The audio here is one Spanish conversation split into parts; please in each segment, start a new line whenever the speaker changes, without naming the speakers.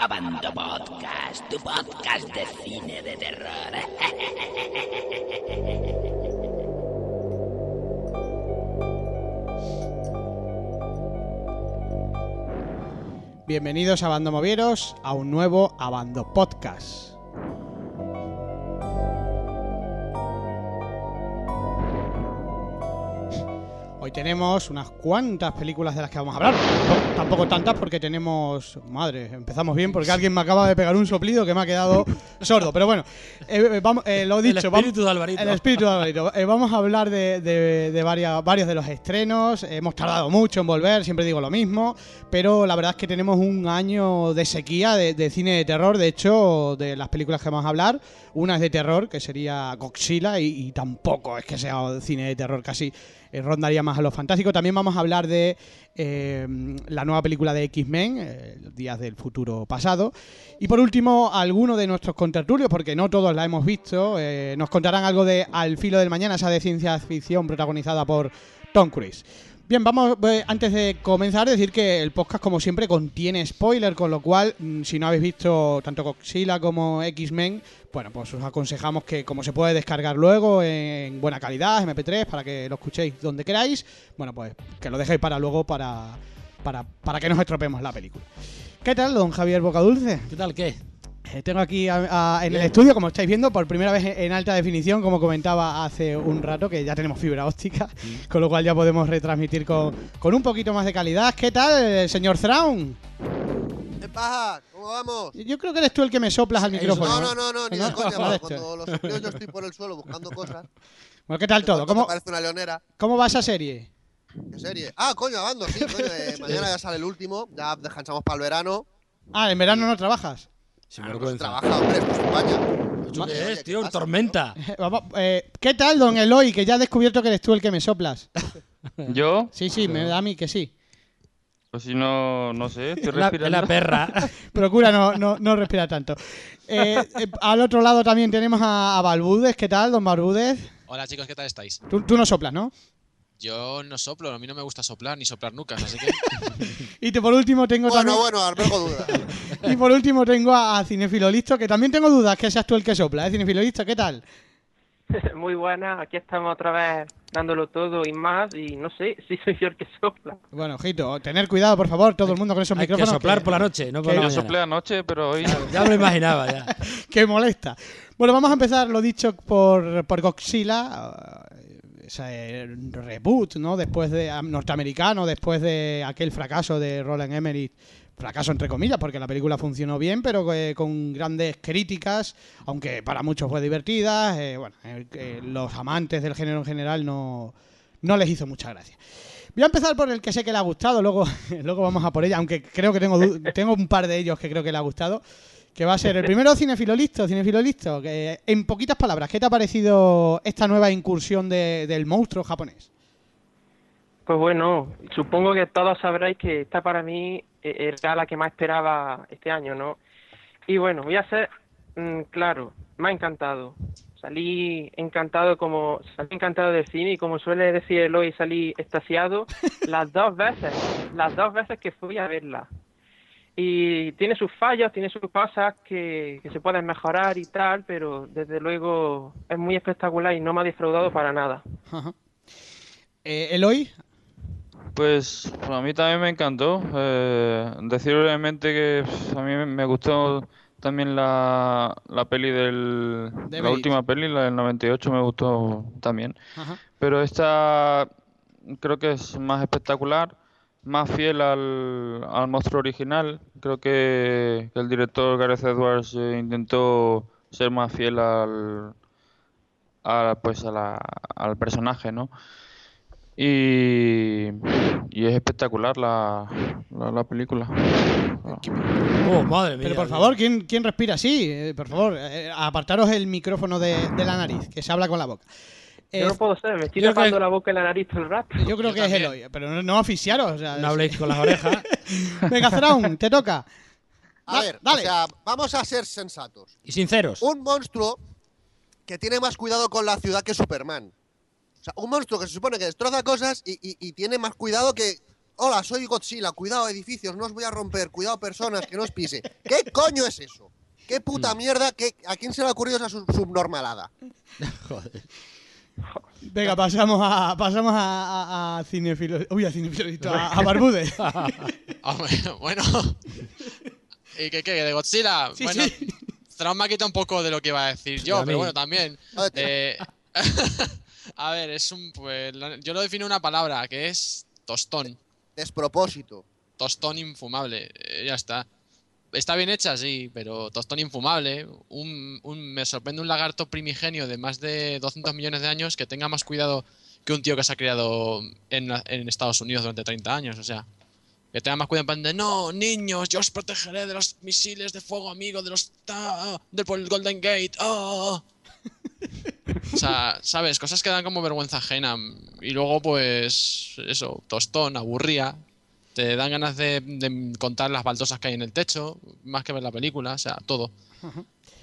Vagabando Podcast, tu podcast de cine de terror.
Bienvenidos a Bando Movieros a un nuevo Abando Podcast. Hoy tenemos unas cuantas películas de las que vamos a hablar. Tampoco- Tampoco tantas porque tenemos... Madre, empezamos bien porque alguien me acaba de pegar un soplido que me ha quedado sordo. Pero bueno, eh, eh, vamos, eh, lo he dicho. vamos-
espíritu de Alvarito.
El espíritu de Alvarito. Eh, vamos a hablar de, de- de varias- varios de los estrenos. Hemos tardado mucho en volver, siempre digo lo mismo. Pero la verdad es que tenemos un año de sequía de, de cine de terror. De hecho, de las películas que vamos a hablar, una es de terror, que sería Coxila, y, y tampoco es que sea cine de terror, casi eh, rondaría más a lo fantástico. También vamos a hablar de eh, la nueva película de X-Men, eh, Días del Futuro Pasado. Y por último, alguno de nuestros contertulios, porque no todos la hemos visto, eh, nos contarán algo de Al Filo del Mañana, esa de ciencia ficción protagonizada por Tom Cruise. Bien, vamos, eh, antes de comenzar, decir que el podcast, como siempre, contiene spoiler, con lo cual, mm, si no habéis visto tanto Coxila como X-Men, bueno, pues os aconsejamos que, como se puede descargar luego en buena calidad, MP3, para que lo escuchéis donde queráis, bueno, pues que lo dejéis para luego, para, para, para que nos estropeemos la película. ¿Qué tal, don Javier Bocadulce?
¿Qué tal? ¿Qué?
Eh, Tengo aquí a- a- en el estudio, como estáis viendo, por primera vez en alta definición, como comentaba hace un rato, que ya tenemos fibra óptica,
Mm.
con lo cual ya podemos retransmitir con, con un poquito más de calidad. ¿Qué tal, eh, señor Thrawn?
¿Qué pasa? ¿Cómo vamos?
Yo creo que eres tú el que me soplas al micrófono.
No, no, no, no, ni
No,
de coña,
no,
vamos,
esto.
Cuando los sonidos yo estoy por el suelo buscando cosas.
Bueno, ¿qué tal todo?
Cuando
¿Cómo,
te Parece una leonera.
¿Cómo va esa serie?
¿Qué serie? Ah, coño, Abando, sí, coño. eh, mañana ya sale el último. Ya descansamos para el verano.
Ah, en verano no trabajas.
Sin
Ah, no
pues,
se trabaja, hombre, esto es España.
¿Esto
Oye,
qué es,
¿qué
tío?
pasa,
tormenta.
Vamos, eh, ¿Qué tal, don Eloy? Que ya he descubierto que eres tú el que me soplas.
¿Yo?
Sí, sí, me da a mí que sí.
Pues si no, no sé, estoy
Es la, es la
respirando.
perra.
Procura no, no, no respirar tanto. Eh, eh, al otro lado también tenemos a, a Balbudes. ¿Qué tal, don Balbudes?
Hola chicos, ¿qué tal estáis?
Tú, tú no soplas, ¿no?
Yo no soplo, a mí no me gusta soplar ni soplar nucas, así que
Y te- por último tengo
Bueno,
también-
bueno, albergo dudas.
y por último tengo a, a Cinefilo Listo, que también tengo dudas que seas tú el que sopla, ¿eh? Cinefilo Listo, ¿qué tal?
Muy buenas, aquí estamos otra vez dándolo todo y más y no sé si soy yo el que sopla.
Bueno, ojito, tener cuidado, por favor, todo el mundo con esos
Hay que
micrófonos.
soplar por la noche, no por
que-
la
Yo
mañana.
soplé anoche, pero hoy
Ya me lo imaginaba, ya.
que molesta. Bueno, vamos a empezar, lo dicho, por, por Godzilla, eh, ese reboot, ¿no? Después de am- norteamericano, después de aquel fracaso de Roland Emmerich, fracaso entre comillas, porque la película funcionó bien, pero eh, con grandes críticas, aunque para muchos fue divertida. eh, bueno, eh, que los amantes del género en general no, no les hizo mucha gracia. Voy a empezar por el que sé que le ha gustado, luego, luego vamos a por ella, aunque creo que tengo, du- tengo un par de ellos que creo que le ha gustado, que va a ser el primero Cinefilo Listo, Cinefilo Listo, que en poquitas palabras, ¿qué te ha parecido esta nueva incursión de- del monstruo japonés?
Pues bueno, supongo que todos sabréis que esta para mí eh, era la que más esperaba este año, ¿no? Y bueno, voy a ser mm, claro, me ha encantado. Salí encantado como salí encantado del cine y como suele decir Eloy, salí extasiado las dos veces, las dos veces que fui a verla. Y tiene sus fallos, tiene sus cosas que, que se pueden mejorar y tal, pero desde luego es muy espectacular y no me ha defraudado para nada.
Ajá. Eh, Eloy,
Pues a mí también me encantó. Eh, decir brevemente que pff, a mí me- me gustó también la, la peli del...
De
La
Merit.
última peli, la del 98, me gustó también.
Ajá.
Pero esta creo que es más espectacular, más fiel al, al monstruo original. Creo que, que el director Gareth Edwards eh, intentó ser más fiel al, a, pues a la- al personaje, ¿no? Y, y es espectacular la, la, la película.
Oh, madre mía.
pero por
tío.
favor, ¿quién, quién respira así? Eh, por favor, eh, apartaros el micrófono de, de la nariz, que se habla con la boca. Eh,
Yo no puedo ser, me estoy
yo creo
tapando
que-
la boca y la nariz todo el rato.
yo creo
Yo
que es
también.
Eloy, pero no, no asfixiaros. o sea,
No habléis con las orejas.
Venga, Thrawn, te toca.
A
Da-
ver,
dale.
o sea, vamos a ser sensatos.
Y sinceros.
Uh.
Un monstruo que tiene más cuidado con la ciudad que Superman. O sea, un monstruo que se supone que destroza cosas y, y- y tiene más cuidado que Hola, soy Godzilla, cuidado edificios, no os voy a romper, cuidado personas, que no os pise. ¿Qué coño es eso? ¿Qué puta mierda? ¿Qué- ¿A quién se le ha ocurrido esa sub- subnormalada?
Venga, pasamos a, pasamos a, a, a cinefilo- Uy, a cinefilorito, a, a Barbude.
Hombre, ah, bueno. ¿Y qué, qué? ¿De Godzilla?
Sí,
bueno,
sí.
Trump me ha quitado un poco de lo que iba a decir
Y a
yo,
mí.
pero bueno, también.
Joder,
eh, a ver, es un. Pues, lo- yo lo defino en una palabra, que es tostón.
Despropósito.
Tostón infumable. eh, ya está. Está bien hecha, sí, pero tostón infumable. Un, un- me sorprende un lagarto primigenio de más de 200 millones de años que tenga más cuidado que un tío que se ha criado en, la- en Estados Unidos durante 30 años. O sea, que tenga más cuidado en plan de no, niños, yo os protegeré de los misiles de fuego amigo, de los. ta- del por el Golden Gate. ah". O sea, ¿sabes? Cosas que dan como vergüenza ajena. Y luego, pues. Eso, tostón, aburría. Te dan ganas de, de contar las baldosas que hay en el techo, más que ver la película, o sea, todo.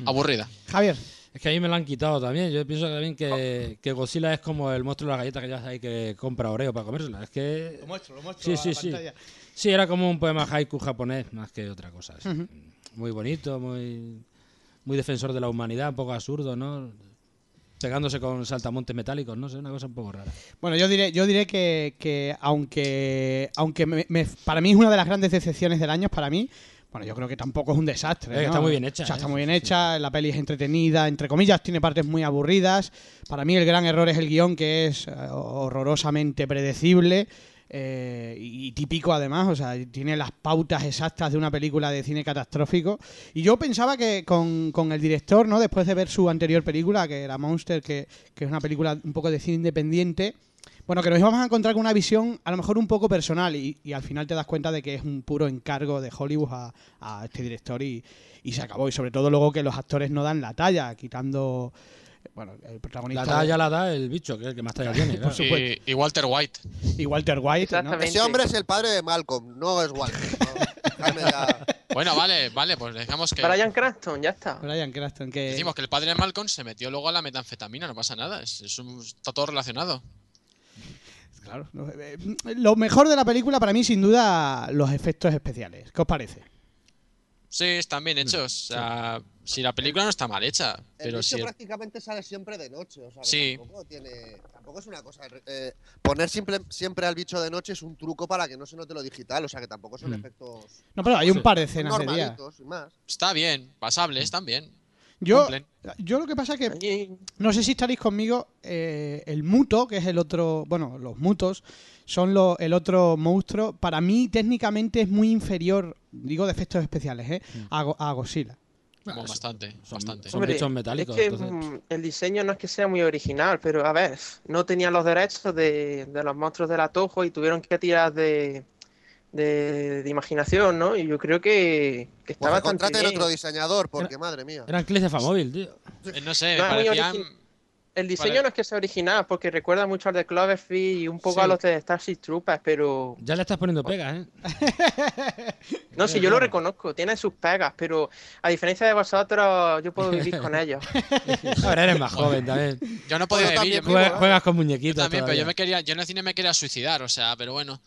Aburrida.
Javier,
Es que a mí me la han quitado también. Yo pienso también que, que Godzilla es como el monstruo de la galleta que ya sabéis que compra Oreo para comérsela. Es que.
lo muestro, lo muestro.
Sí,
a
sí,
la
sí.
pantalla.
Sí, era como un poema haiku japonés más que otra cosa. sí. Muy bonito, muy, muy defensor de la humanidad, un poco absurdo, ¿no? Pegándose con saltamontes metálicos, no sé, una cosa un poco rara.
Bueno, yo diré, yo diré que, que aunque, aunque me- me- para mí es una de las grandes decepciones del año, para mí, bueno, yo creo que tampoco es un desastre.
Eh, que
¿no?
está muy bien hecha,
O sea,
¿eh?
está muy bien hecha, la peli es entretenida, entre comillas, tiene partes muy aburridas. Para mí el gran error es el guión, que es eh, horrorosamente predecible. eh, y y típico además, o sea, tiene las pautas exactas de una película de cine catastrófico. Y yo pensaba que con, con el director, ¿no? Después de ver su anterior película, que era Monster, que, que es una película un poco de cine independiente, bueno, que nos íbamos a encontrar con una visión a lo mejor un poco personal y, y al final te das cuenta de que es un puro encargo de Hollywood a, a este director y, y se acabó. Y sobre todo luego que los actores no dan la talla, quitando, eh, bueno, el protagonista
La da ya la da el bicho, que es el que más talla tiene. claro.
Y, y Walter White.
y Walter White. ¿no?
Exactamente.
Ese hombre es el padre de Malcolm, no es Walter. ¿no? Dejadme ya.
Bueno, vale, vale, pues dejamos que.
Brian Cranston, ya está.
Bryan Cranston, que...
Decimos que el padre de Malcolm se metió luego a la metanfetamina, no pasa nada, es, es un- está todo relacionado.
Claro, no, eh, lo mejor de la película para mí, sin duda, los efectos especiales. ¿Qué os parece?
Sí, están bien hechos. O sea, si la película no está mal hecha,
El
pero
bicho
si. el-
prácticamente sale siempre de noche, o sea, que
Sí.
tampoco, tiene, tampoco es una cosa... eh, poner simple, siempre al bicho de noche es un truco para que no se note lo digital, o sea, que tampoco son
Mm.
efectos
No, pero hay un
Sí.
par de escenas de día.
normalitos y más.
Está bien, pasable, están bien.
Yo,
cumplen.
yo lo que pasa es que
Allí-
No sé si estaréis conmigo. eh, el muto, que es el otro. Bueno, los mutos son lo- el otro monstruo. Para mí, técnicamente, es muy inferior, digo, de efectos especiales, ¿eh? a, Go- a Godzilla.
Como bastante,
son-
bastante.
son- bichos metálicos,
Es que
entonces-
mm, el diseño no es que sea muy original, pero a ver, no tenían los derechos de, de los monstruos del atojo y tuvieron que tirar de, de, de imaginación, ¿no? Y yo creo que, que
Pues
está
que
bastante
contraten
bien.
otro diseñador, porque madre mía.
Eran clics de Famóvil, tío.
Eh, No sé, me
No es muy
parecían.
origi- El diseño
Vale.
no es que sea original, porque recuerda mucho al de Cloverfield y un poco
Sí.
a los de Starship Troopers, pero
Ya le estás poniendo pegas, ¿eh?
no sé, yo lo reconozco, tiene sus pegas, pero a diferencia de vosotros, yo puedo vivir con ellos.
Ahora ¿eh? eres más joven también.
Yo no podía
Bueno,
vivir, yo
también
me-
Juega- Juegas con
yo
muñequitos.
también, pero
todavía.
yo me quería, yo en el cine me quería suicidar, o sea, pero bueno.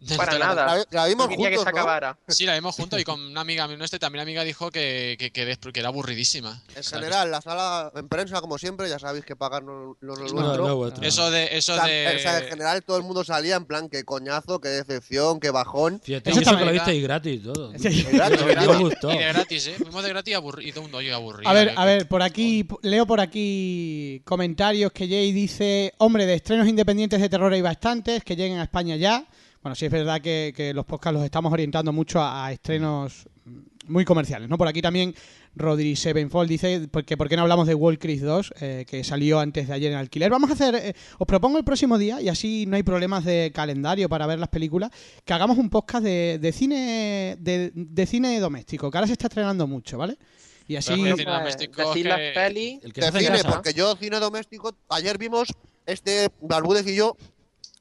Para nada.
La, la
No
vimos
quería que
juntos,
se
¿no?
acabara.
Sí, la vimos juntos y con una amiga mía, nuestra, y también la amiga dijo que, que, que des- que era aburridísima.
En
O sea,
general, la sala en prensa, como siempre, ya sabéis que pagan lo, lo- lo
No,
nuestro.
no,
que-
vuestro.
Eso de, eso
O sea, o sea, en
de.
general todo el mundo salía en plan, qué coñazo, qué decepción, qué bajón.
Fíjate,
Eso
eso que lo
también.
visteis gratis y todo.
Sí.
Gratis,
Me
gratis.
gustó.
Y de gratis, eh. Fuimos de gratis y aburri- y todo el mundo oye, aburrido.
A ver,
eh.
a ver, por aquí, leo por aquí comentarios que Jay dice: Hombre, de estrenos independientes de terror hay bastantes, que lleguen a España ya. Bueno, sí es verdad que, que los podcasts los estamos orientando mucho a, a estrenos muy comerciales, ¿no? Por aquí también Rodri Sevenfold dice porque por qué no hablamos de World Crisis 2 eh, que salió antes de ayer en alquiler. Vamos a hacer, eh, os propongo el próximo día y así no hay problemas de calendario para ver las películas, que hagamos un podcast de, de cine de, de cine doméstico, que ahora se está estrenando mucho, ¿vale? Y así
Pero es que
O sea,
domésticos
pues, decir
que-
las pelis,
El que
De
hace en
cine,
casa.
porque yo cine doméstico, ayer vimos, este Barbúdez y yo,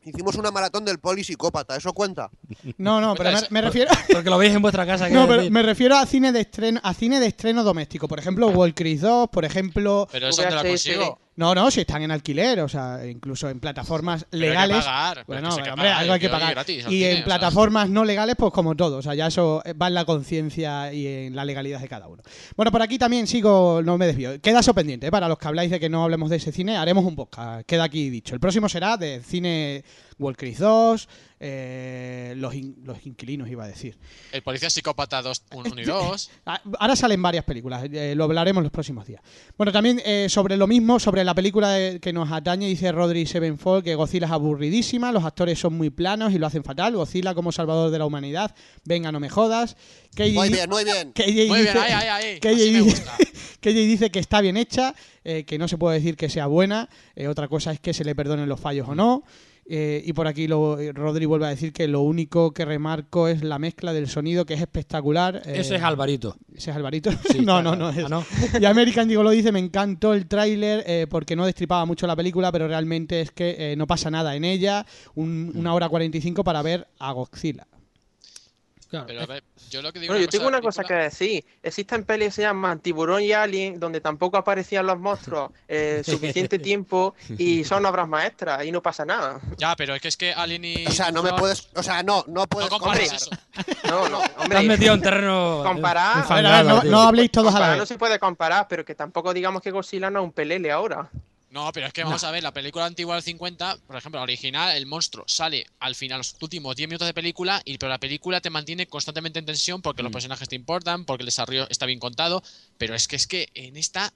hicimos una maratón del polipsicópata, ¿eso cuenta?
No, no, pero me, me refiero
Porque lo veis en vuestra
No,
casa. quiero
pero
decir.
me refiero a cine de estreno, a cine de estreno doméstico, por ejemplo, World Crisis 2, por ejemplo,
Pero eso te la
VHS.
consigo.
No, no, si están en alquiler, o sea, incluso en plataformas
hay que
legales.
pagar, pero
bueno,
es que sí que
hombre,
pagar,
algo hay que
yo voy
pagar.
gratis al
y
cine, o
en
sea.
plataformas no legales, pues como todo, o sea, ya eso va en la conciencia y en la legalidad de cada uno. Bueno, por aquí también sigo, no me desvío. Queda eso pendiente, ¿eh? para los que habláis de que no hablemos de ese cine, haremos un podcast, queda aquí dicho. El próximo será de cine World Crisis 2, eh, los, in- los inquilinos iba a decir.
El policía psicópata 2, 1 y 2.
Ah, Ahora salen varias películas, eh, lo hablaremos los próximos días. Bueno, también eh, sobre lo mismo, sobre la película de- que nos atañe, dice Rodri Sevenfold que Godzilla es aburridísima, los actores son muy planos y lo hacen fatal. Godzilla como salvador de la humanidad, venga, no me jodas. KJ
Muy bien, muy bien.
KJ
Muy bien,
dice-
ahí, ahí, ahí.
KJ
Así
dice-
me gusta.
KJ dice que está bien hecha, eh, que no se puede decir que sea buena. eh, otra cosa es que se le perdonen los fallos o no. Eh, y por aquí lo, Rodri vuelve a decir que lo único que remarco es la mezcla del sonido, que es espectacular. eh,
Ese es Alvarito.
ese es Alvarito.
Sí,
no, no,
claro.
no, es.
Ah, no.
Y American Gigolo dice, me encantó el tráiler eh, porque no destripaba mucho la película, pero realmente es que eh, no pasa nada en ella. Un-
Mm.
una hora 45 para ver a Godzilla.
Claro.
Pero a ver, yo lo que digo.
Bueno, yo
es que
tengo
esa
una cosa que
película-
decir. Existen pelis que se llaman Tiburón y Alien, donde tampoco aparecían los monstruos eh, suficiente tiempo y son obras maestras y no pasa nada.
Ya, pero es que es que Alien y.
O sea, no me
Tiburón
puedes. O sea, no, no
No
puedes
compares
comparar.
eso.
No, no,
Te has metido en
hombre.
terreno. eh,
A
Comparar-
ver, a ver,
enfangado,
no,
tío.
no habléis todos a la
Comparar
vez.
no se puede comparar, pero que tampoco digamos que Godzilla no es un pelele ahora.
No, pero es que vamos a ver, la película antigua del 50, por ejemplo, la original, el monstruo sale al final, los últimos 10 minutos de película, y pero la película te mantiene constantemente en tensión porque
Mm.
los personajes te importan, porque el desarrollo está bien contado, pero es que es que en esta,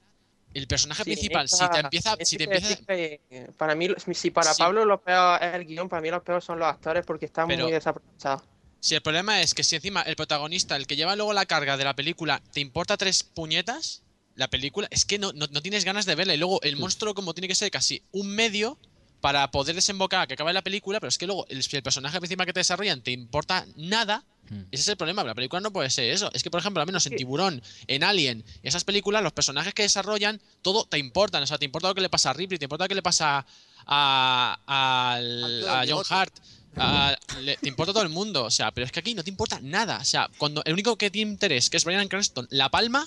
el personaje
Sí,
principal,
esta-
si te empieza,
es
si te
que
empieza,
decir que, eh, para mí, si para
Sí.
Pablo lo peor es el guión, para mí los peores son los actores porque están
Pero-
muy desaprovechados.
si el problema es que si encima el protagonista, el que lleva luego la carga de la película, te importa tres puñetas, la película, es que no, no, no tienes ganas de verla, y luego el monstruo como tiene que ser casi un medio para poder desembocar que acabe la película, pero es que luego el, si el personaje principal que te desarrollan te importa nada,
Mm.
ese es el problema, la película no puede ser eso. Es que, por ejemplo, al menos en Tiburón, en Alien, esas películas, los personajes que desarrollan, todo te importan, o sea, te importa lo que le pasa a Ripley, te importa lo que le pasa a, a- al- a John Hart. a- le- te importa todo el mundo, o sea, pero es que aquí no te importa nada. O sea, cuando el único que tiene interés, que es Brian Cranston, la palma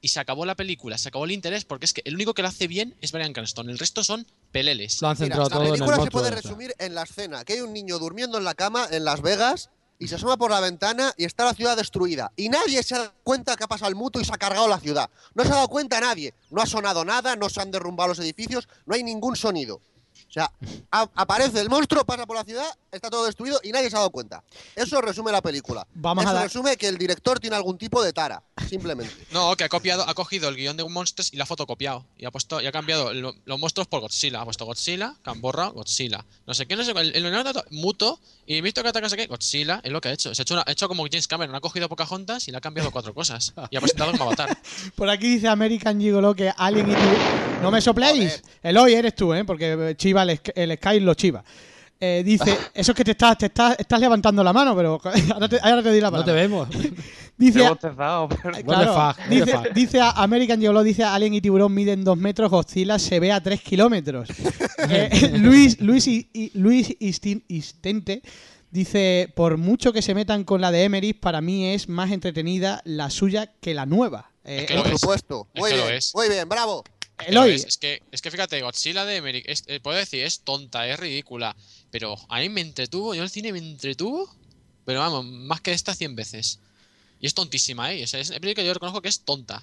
y se acabó la película, se acabó el interés, porque es que el único que lo hace bien es Brian Cranston, el resto son peleles.
Lo han
Mira, la
centrado todo en el
película se
monstruo.
puede
o sea.
resumir en la escena: que hay un niño durmiendo en la cama en Las Vegas y se asoma por la ventana y está la ciudad destruida. Y nadie se ha dado cuenta que ha pasado el mutuo y se ha cargado la ciudad. No se ha dado cuenta nadie. No ha sonado nada, no se han derrumbado los edificios, no hay ningún sonido. O sea, a- aparece el monstruo, pasa por la ciudad, está todo destruido y nadie se ha dado cuenta. Eso resume la película.
Vamos a
Eso
dar-
resume que el director tiene algún tipo de tara, simplemente.
No, que ha copiado, ha cogido el guión de un Monsters y la ha fotocopiado. Y ha puesto, y ha cambiado lo- los monstruos por Godzilla. Ha puesto Godzilla, Camborra, Godzilla. No sé qué, no sé cuál. El Leonardo Muto y visto que ataca no sé qué, Godzilla, es lo que ha hecho. Se ha hecho, una- ha hecho como James Cameron, ha cogido Pocahontas y le ha cambiado cuatro cosas. Y ha presentado como avatar.
Por aquí dice American Gigolo que Alien y Tiburón- ¡No me sopléis!
Joder.
Eloy eres tú, ¿eh? Porque chiva el, Sk- el Sky lo chiva. Eh, dice, eso es que te estás, te estás, estás levantando la mano, pero ahora te, ahora te di la
No
palabra.
te vemos.
Dice,
He bostezado, pero-
Eh,
What the
claro,
fuck, what the
dice,
fuck.
dice a- American Gigolo, dice Alien y Tiburón miden 2 metros, Godzilla se ve a 3 kilómetros. Eh, Luis, Luis, y, y- Luis Istin- Istente dice, por mucho que se metan con la de Emery, para mí es más entretenida la suya que la nueva. Eh,
Es que lo
Por
es.
supuesto.
Es
Muy
que lo
bien,
es.
muy bien, bravo.
Pero
Eloy,
Es, es que, es que fíjate, Godzilla de Emmerich, es- eh, puedo decir, es tonta, es ridícula. Pero a mí me entretuvo, yo en el cine me entretuvo. Pero vamos, más que esta 100 veces. Y es tontísima, ¿eh? O sea, es la película que yo reconozco que es tonta.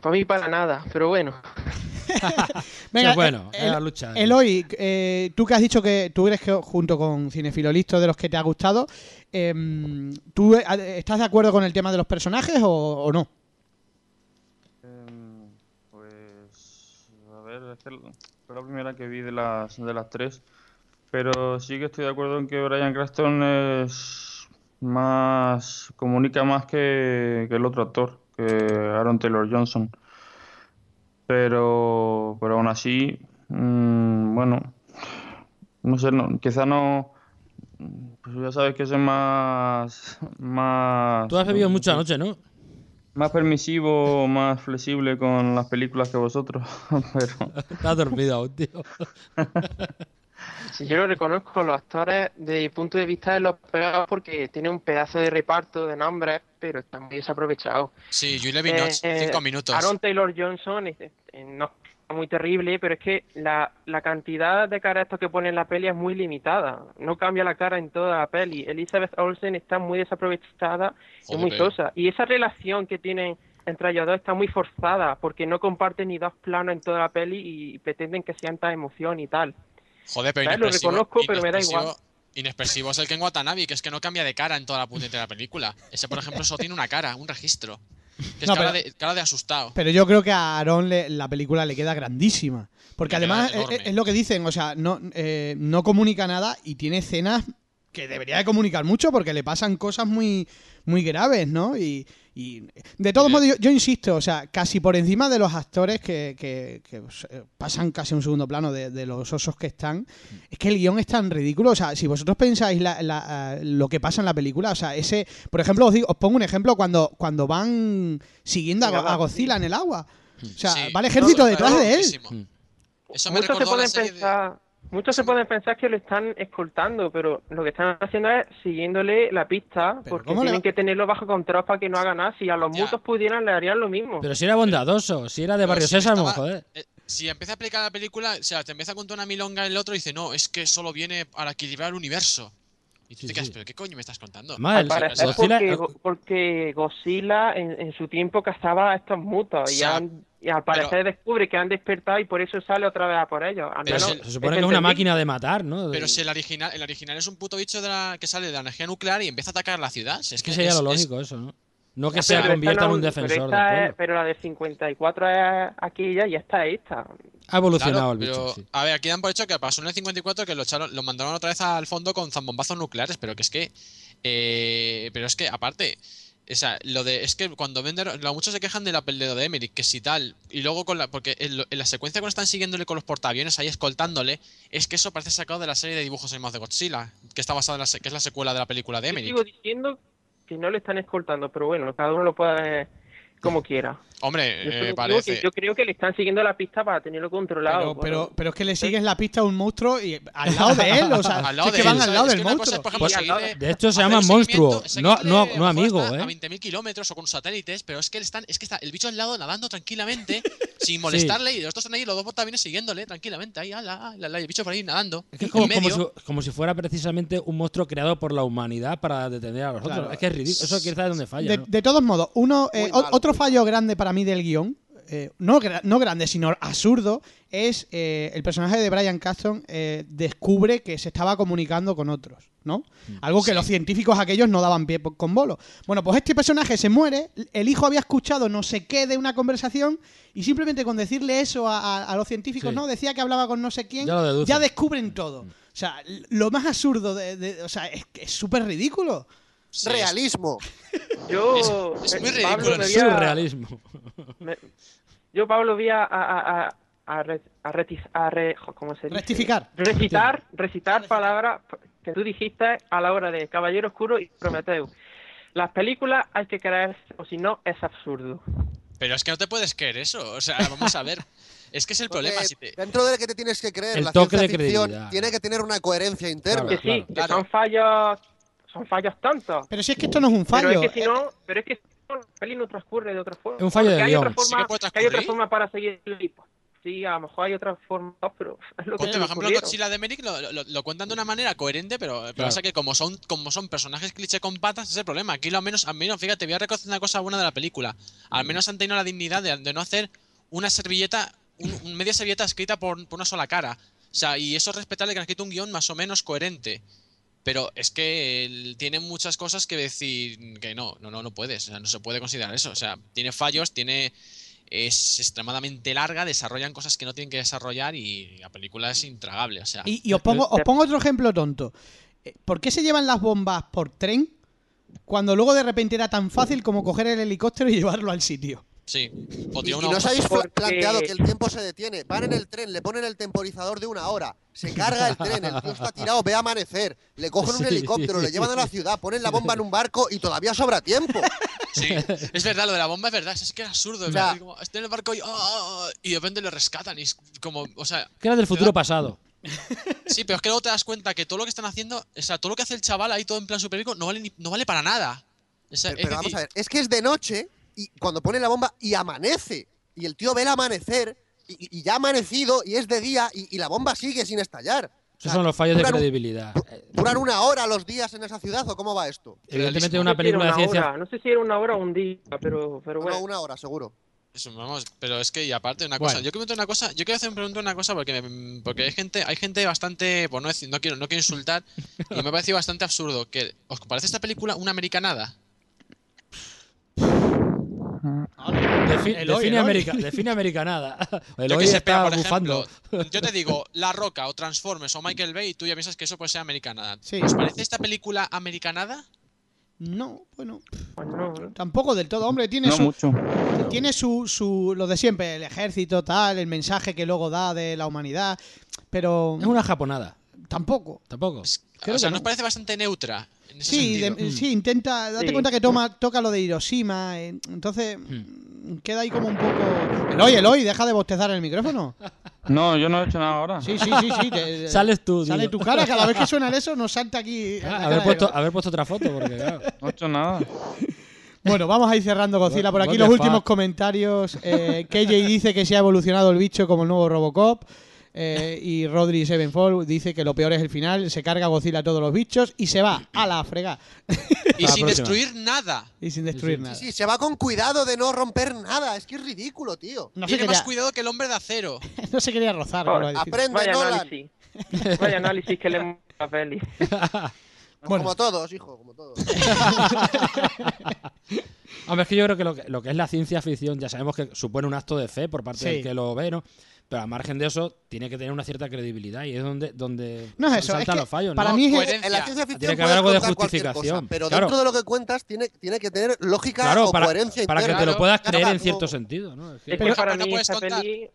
Para mí para nada, pero bueno.
venga,
Sí, bueno,
eh,
es la
El-
lucha.
Eloy, eh, tú que has dicho que tú crees que junto con Cinefilo Listo de los que te ha gustado, em, ¿tú eh, estás de acuerdo con el tema de los personajes o, o no?
Em, Pues a ver, es que l- fue la primera que vi de las de las tres, pero sí que estoy de acuerdo en que Bryan Cranston es más comunica más que, que el otro actor, que Aaron Taylor Johnson. Pero pero aún así, mm, bueno, no sé, no, quizá no pues ya sabes que es más más
Tú has bebido mucho
mucha
anoche, ¿no?
más permisivo, más flexible con las películas que vosotros, pero
Estás dormido aún, tío.
Si yo lo reconozco, los actores, desde mi punto de vista, es los peores porque tiene un pedazo de reparto de nombres, pero está muy desaprovechado.
Sí, Julie Levy Notch,
Eh,
cinco minutos.
Aaron Taylor Johnson, eh, eh, no, muy terrible, pero es que la, la cantidad de caras que pone en la peli es muy limitada. No cambia la cara en toda la peli. Elizabeth Olsen está muy desaprovechada y
Joder.
muy sosa. Y esa relación que tienen entre ellos dos está muy forzada, porque no comparten ni dos planos en toda la peli y pretenden que sienta emoción y tal.
Joder, pero
Claro, lo
inexpresivo-
reconozco, pero me da igual.
inexpresivo- Inexpresivo es el Ken Watanabe, que es que no cambia de cara en toda la puta entera película. Ese, por ejemplo, solo tiene una cara, un registro. Que es
No,
cara,
pero-
de, cara de asustado.
Pero yo creo que a Aaron le- la película le queda grandísima. Porque
Le queda
además es,
enorme.
es lo que dicen, o sea, no, eh, no comunica nada y tiene escenas que debería de comunicar mucho porque le pasan cosas muy, muy graves, ¿no? Y, y de todos
Sí.
modos, yo, yo insisto, o sea, casi por encima de los actores que, que- que, pues, eh, pasan casi a un segundo plano de, de los osos que están, es que el guión es tan ridículo. O sea, si vosotros pensáis la- la- eh, lo que pasa en la película, o sea, ese. Por ejemplo, os, digo- os pongo un ejemplo cuando, cuando van siguiendo a, Go- a Godzilla en el agua. O sea,
Sí.
va el ejército
No,
detrás
claro,
de él.
muchísimo. Eso me
muchos se
recordó a la
pueden
serie de-
pensar muchos se pueden pensar que lo están escoltando pero lo que están haciendo es siguiéndole la pista porque
¿cómo le
tienen
va-
que tenerlo bajo control para que no haga nada si a los
Ya.
mutos pudieran le harían lo mismo
Pero si era bondadoso, si era de
Pero
Barrio
si me
Sésamo,
estaba-
joder.
eh, Si empieza a aplicar la película, o sea, te empieza a contar una milonga el otro y dice, no, es que solo viene para equilibrar el universo. Y tú
Sí,
te quedas,
sí.
pero ¿qué coño me estás contando?
Madre,
al
el-
parecer
Godzilla-
porque, Go- porque Godzilla en, en su tiempo cazaba a estos mutos y,
O sea,
han- y al parecer descubre que han despertado y por eso sale otra vez a por ellos al
Pero
menos
se-
Se supone
eso
que es una
entendí.
máquina de matar, ¿no?
Pero si el original, el original es un puto bicho de la- que sale de la energía nuclear y empieza a atacar la ciudad, si es
Es
que
que sería
es-
lo
es-
lógico eso, ¿no? No que
Pero
se
esta
convierta en
no-
un
pero
defensor del
esta es-
eh.
pueblo.
pero la de 54 es aquella y esta es esta
Ha evolucionado
Claro,
el bicho,
pero,
sí.
A ver, aquí dan por hecho que pasó en el 54 que lo, echaron- lo mandaron otra vez al fondo con zambombazos nucleares, pero que es que. eh, pero es que, aparte. O sea, lo de. Es que cuando venden. lo- Muchos se quejan de la pelea de Emmerich, que si tal. Y luego con la. Porque en, lo- en la secuencia cuando están siguiéndole con los portaaviones ahí escoltándole, es que eso parece sacado de la serie de dibujos animados de Godzilla, que está basada en la, se- que es la secuela de la película de
Yo
Emmerich.
sigo diciendo que no le están escoltando pero bueno cada uno lo puede ver como quiera pues, Yo solo
Hombre, eh,
digo
parece.
que yo creo que le están siguiendo la pista para tenerlo controlado.
Pero, pero,
bueno.
pero es que le sigues la pista a un monstruo y al lado de él, o sea,
Al lado
es
de
que van
él,
al lado
¿sabes?
del
Es que una cosa es,
monstruo.
por ejemplo,
Sí, al lado
seguirle-
De hecho se
hacer
llama
un
monstruo, no,
seguimiento-
no,
seguirle,
no
a lo mejor
amigo,
está A
¿eh?
20.000 kilómetros o con satélites, pero es que, él están, es que está el bicho al lado nadando tranquilamente, sin molestarle, y los dos están ahí, los dos portaaviones siguiéndole tranquilamente, ahí, ala, ala, ala, y el bicho por ahí nadando.
Es que es
en
como, como
medio.
si, como si fuera precisamente un monstruo creado por la humanidad para detener a los
Claro.
otros. Es que es ridículo. Eso quiere saber dónde falla.
De,
Ah, ¿no?
de todos modos, uno, eh,
Muy
o-
malo.
otro fallo grande para mí del guión, eh, no, gra- no grande, sino absurdo, es eh, el personaje de Brian Caston eh, descubre que se estaba comunicando con otros, ¿no?
Mm.
Algo que los científicos aquellos no daban pie po- con bolo. Bueno, pues este personaje se muere, el hijo había escuchado no sé qué de una conversación y simplemente con decirle eso a, a- a los científicos,
Sí.
¿no? Decía que hablaba con no sé quién,
Ya lo deducen. Mm.
descubren todo. O sea, l- lo más absurdo, de, de- o sea, es que es súper ridículo.
Sí, es-
Realismo.
yo,
es- es muy
eh,
ridículo,
Pablo, me
es
voy a-
Surrealismo.
me- yo, Pablo, voy a, a, a, a, a, re- a reti- a re- jo, ¿cómo se dice?
Rectificar.
Recitar, recitar palabras que tú dijiste a la hora de Caballero Oscuro y Prometeo. Las películas hay que creer, o si no, es absurdo.
Pero es que no te puedes creer eso. O sea, vamos a ver. Es que es el
Porque
problema. Si te-
Dentro de lo que te tienes que creer,
El
la
toque
ciencia
de credibilidad.
ficción tiene que tener una coherencia interna.
Que sí,
Claro,
que
claro.
son fallos, son fallos tontos.
Pero si es que esto no es un fallo.
Pero es que
eh,
si no, pero es que si no, la peli no transcurre de otra forma.
Es un fallo de
Que hay
guión.
otra
Sí que
forma,
puede
que hay otra
transcurrir.
forma para seguir el hilo. Sí, a lo mejor hay otra forma, pero es lo que
Ponte,
se me
por ejemplo,
ocurrieron.
Godzilla de Emmerich lo, lo- lo cuentan de una manera coherente, pero, pero
Claro.
pasa que como son, como son personajes cliché con patas, ese es el problema. Aquí lo al menos, al menos, fíjate, voy a reconocer una cosa buena de la película. Al menos han tenido la dignidad de, de no hacer una servilleta, un- un media servilleta escrita por, por una sola cara. O sea, y eso es respetable que han escrito un guión más o menos coherente. Pero es que eh, tiene muchas cosas que decir que no, no, no, no puedes. O sea, no se puede considerar eso. O sea, tiene fallos, tiene es extremadamente larga, desarrollan cosas que no tienen que desarrollar y la película es intragable. O sea,
Y, y os, pongo, os pongo otro ejemplo tonto. Eh, ¿Por qué se llevan las bombas por tren cuando luego de repente era tan fácil como coger el helicóptero y llevarlo al sitio?
sí. O
Y,
tiene
y
una-
no os habéis pla-
Porque-
planteado que el tiempo se detiene. Van en el tren, le ponen el temporizador de una hora, se carga el tren, el tío está tirado, ve amanecer, le cogen un
Sí.
helicóptero, le llevan a la ciudad, ponen la bomba en un barco y todavía sobra tiempo.
sí. Es verdad, lo de la bomba es verdad, es que era absurdo. es
Ya.
verdad, como, está en el barco y, ah, ah, ah, y de repente lo rescatan. Y es como, o sea,
Que era del
Te
futuro
da-
pasado.
sí, pero es que luego te das cuenta que todo lo que están haciendo, o sea, todo lo que hace el chaval ahí todo en plan superhéroe no vale, ni- no vale para nada. O sea,
Pero,
es
pero vamos
decir,
a ver, es que es de noche y cuando pone la bomba y amanece y el tío ve el amanecer y, y ya ha amanecido y es de día y, y la bomba sigue sin estallar.
Esos son los fallos de
duran un-
credibilidad. Eh,
¿Duran una hora los días en esa ciudad o cómo va esto?
Evidentemente,
realismo.
una
No sé si era
película de
una
ciencia.
hora, No sé si era una hora o un día, pero, pero
Bueno,
bueno.
una hora, seguro.
Eso, vamos, pero es que y aparte una
Bueno.
cosa, yo quiero preguntar una cosa, yo quiero hacer preguntar una cosa porque me- porque hay gente, hay gente bastante, pues no decir, no quiero, no quiero insultar y me ha parecido bastante absurdo que os parece esta película una americanada.
Eloy,
Defi- define,
Eloy.
América, define americanada. El
Yo que
hoy
sé, espera,
está
por ejemplo,
bufando.
yo te digo La Roca o Transformers o Michael Bay y tú ya piensas que eso puede ser americanada.
Sí.
Pues
¿Os parece esta película americanada?
No, bueno, pff,
Pues no, ¿no?
tampoco del todo. Hombre, tiene
No
su,
mucho.
tiene su, su lo de siempre, el ejército tal, el mensaje que luego da de la humanidad, pero
Es una japonada.
tampoco.
Tampoco.
Creo
o sea,
que
nos
no.
parece bastante neutra en ese
Sí,
sentido.
de- sí, intenta, date
Sí.
cuenta que toma, toca lo de Hiroshima, eh, entonces
Hmm.
mm, queda ahí como un poco... Eloy, Eloy, deja de bostezar en el micrófono.
No, yo no he hecho nada ahora.
Sí, sí, sí, sí. te-
Sales tú,
Sale
digo.
tu cara, cada vez que suena eso nos salta aquí. la
Ah,
cara
haber,
de-
puesto, haber puesto otra foto, porque claro.
No he hecho nada.
Bueno, vamos a ir cerrando, Godzilla. Por
What-
aquí los
what the
últimos
fuck?
comentarios. Eh, KJ dice que se ha evolucionado el bicho como el nuevo Robocop. Eh, y Rodri Sevenfold dice que lo peor es el final. Se carga Godzilla a todos los bichos y se va a la fregada.
Y
la
sin
próxima.
destruir nada.
y sin destruir nada.
Sí, se va con cuidado de no romper nada. Es que es ridículo, tío.
No se,
Tiene
quería,
más cuidado que el hombre de acero.
no se quería rozar. con lo difícil.
Aprende,
Vaya
Nolan.
análisis. Vaya análisis que le hemos hecho a la peli.
Como todos, hijo, como todos.
Hombre, es que yo creo que lo, que lo que es la ciencia ficción ya sabemos que supone un acto de fe por parte
Sí.
del que lo ve, ¿no? Pero a margen de eso, tiene que tener una cierta credibilidad y es donde, donde
No es eso,
saltan
es que
los fallos, ¿no?
para mí es-
Coherencia.
En la ciencia ficción
Tiene que
puedes
haber algo de
contar cualquier
justificación,
cosa, pero
claro.
dentro de lo que cuentas tiene, tiene que tener lógica
Claro,
o
para,
coherencia
para que
interna.
te lo puedas
Ya
creer
va,
en
no.
cierto sentido, ¿no? Es que-
Es
Pero-
que para
no
mí
puedes
esta
contar.
peli...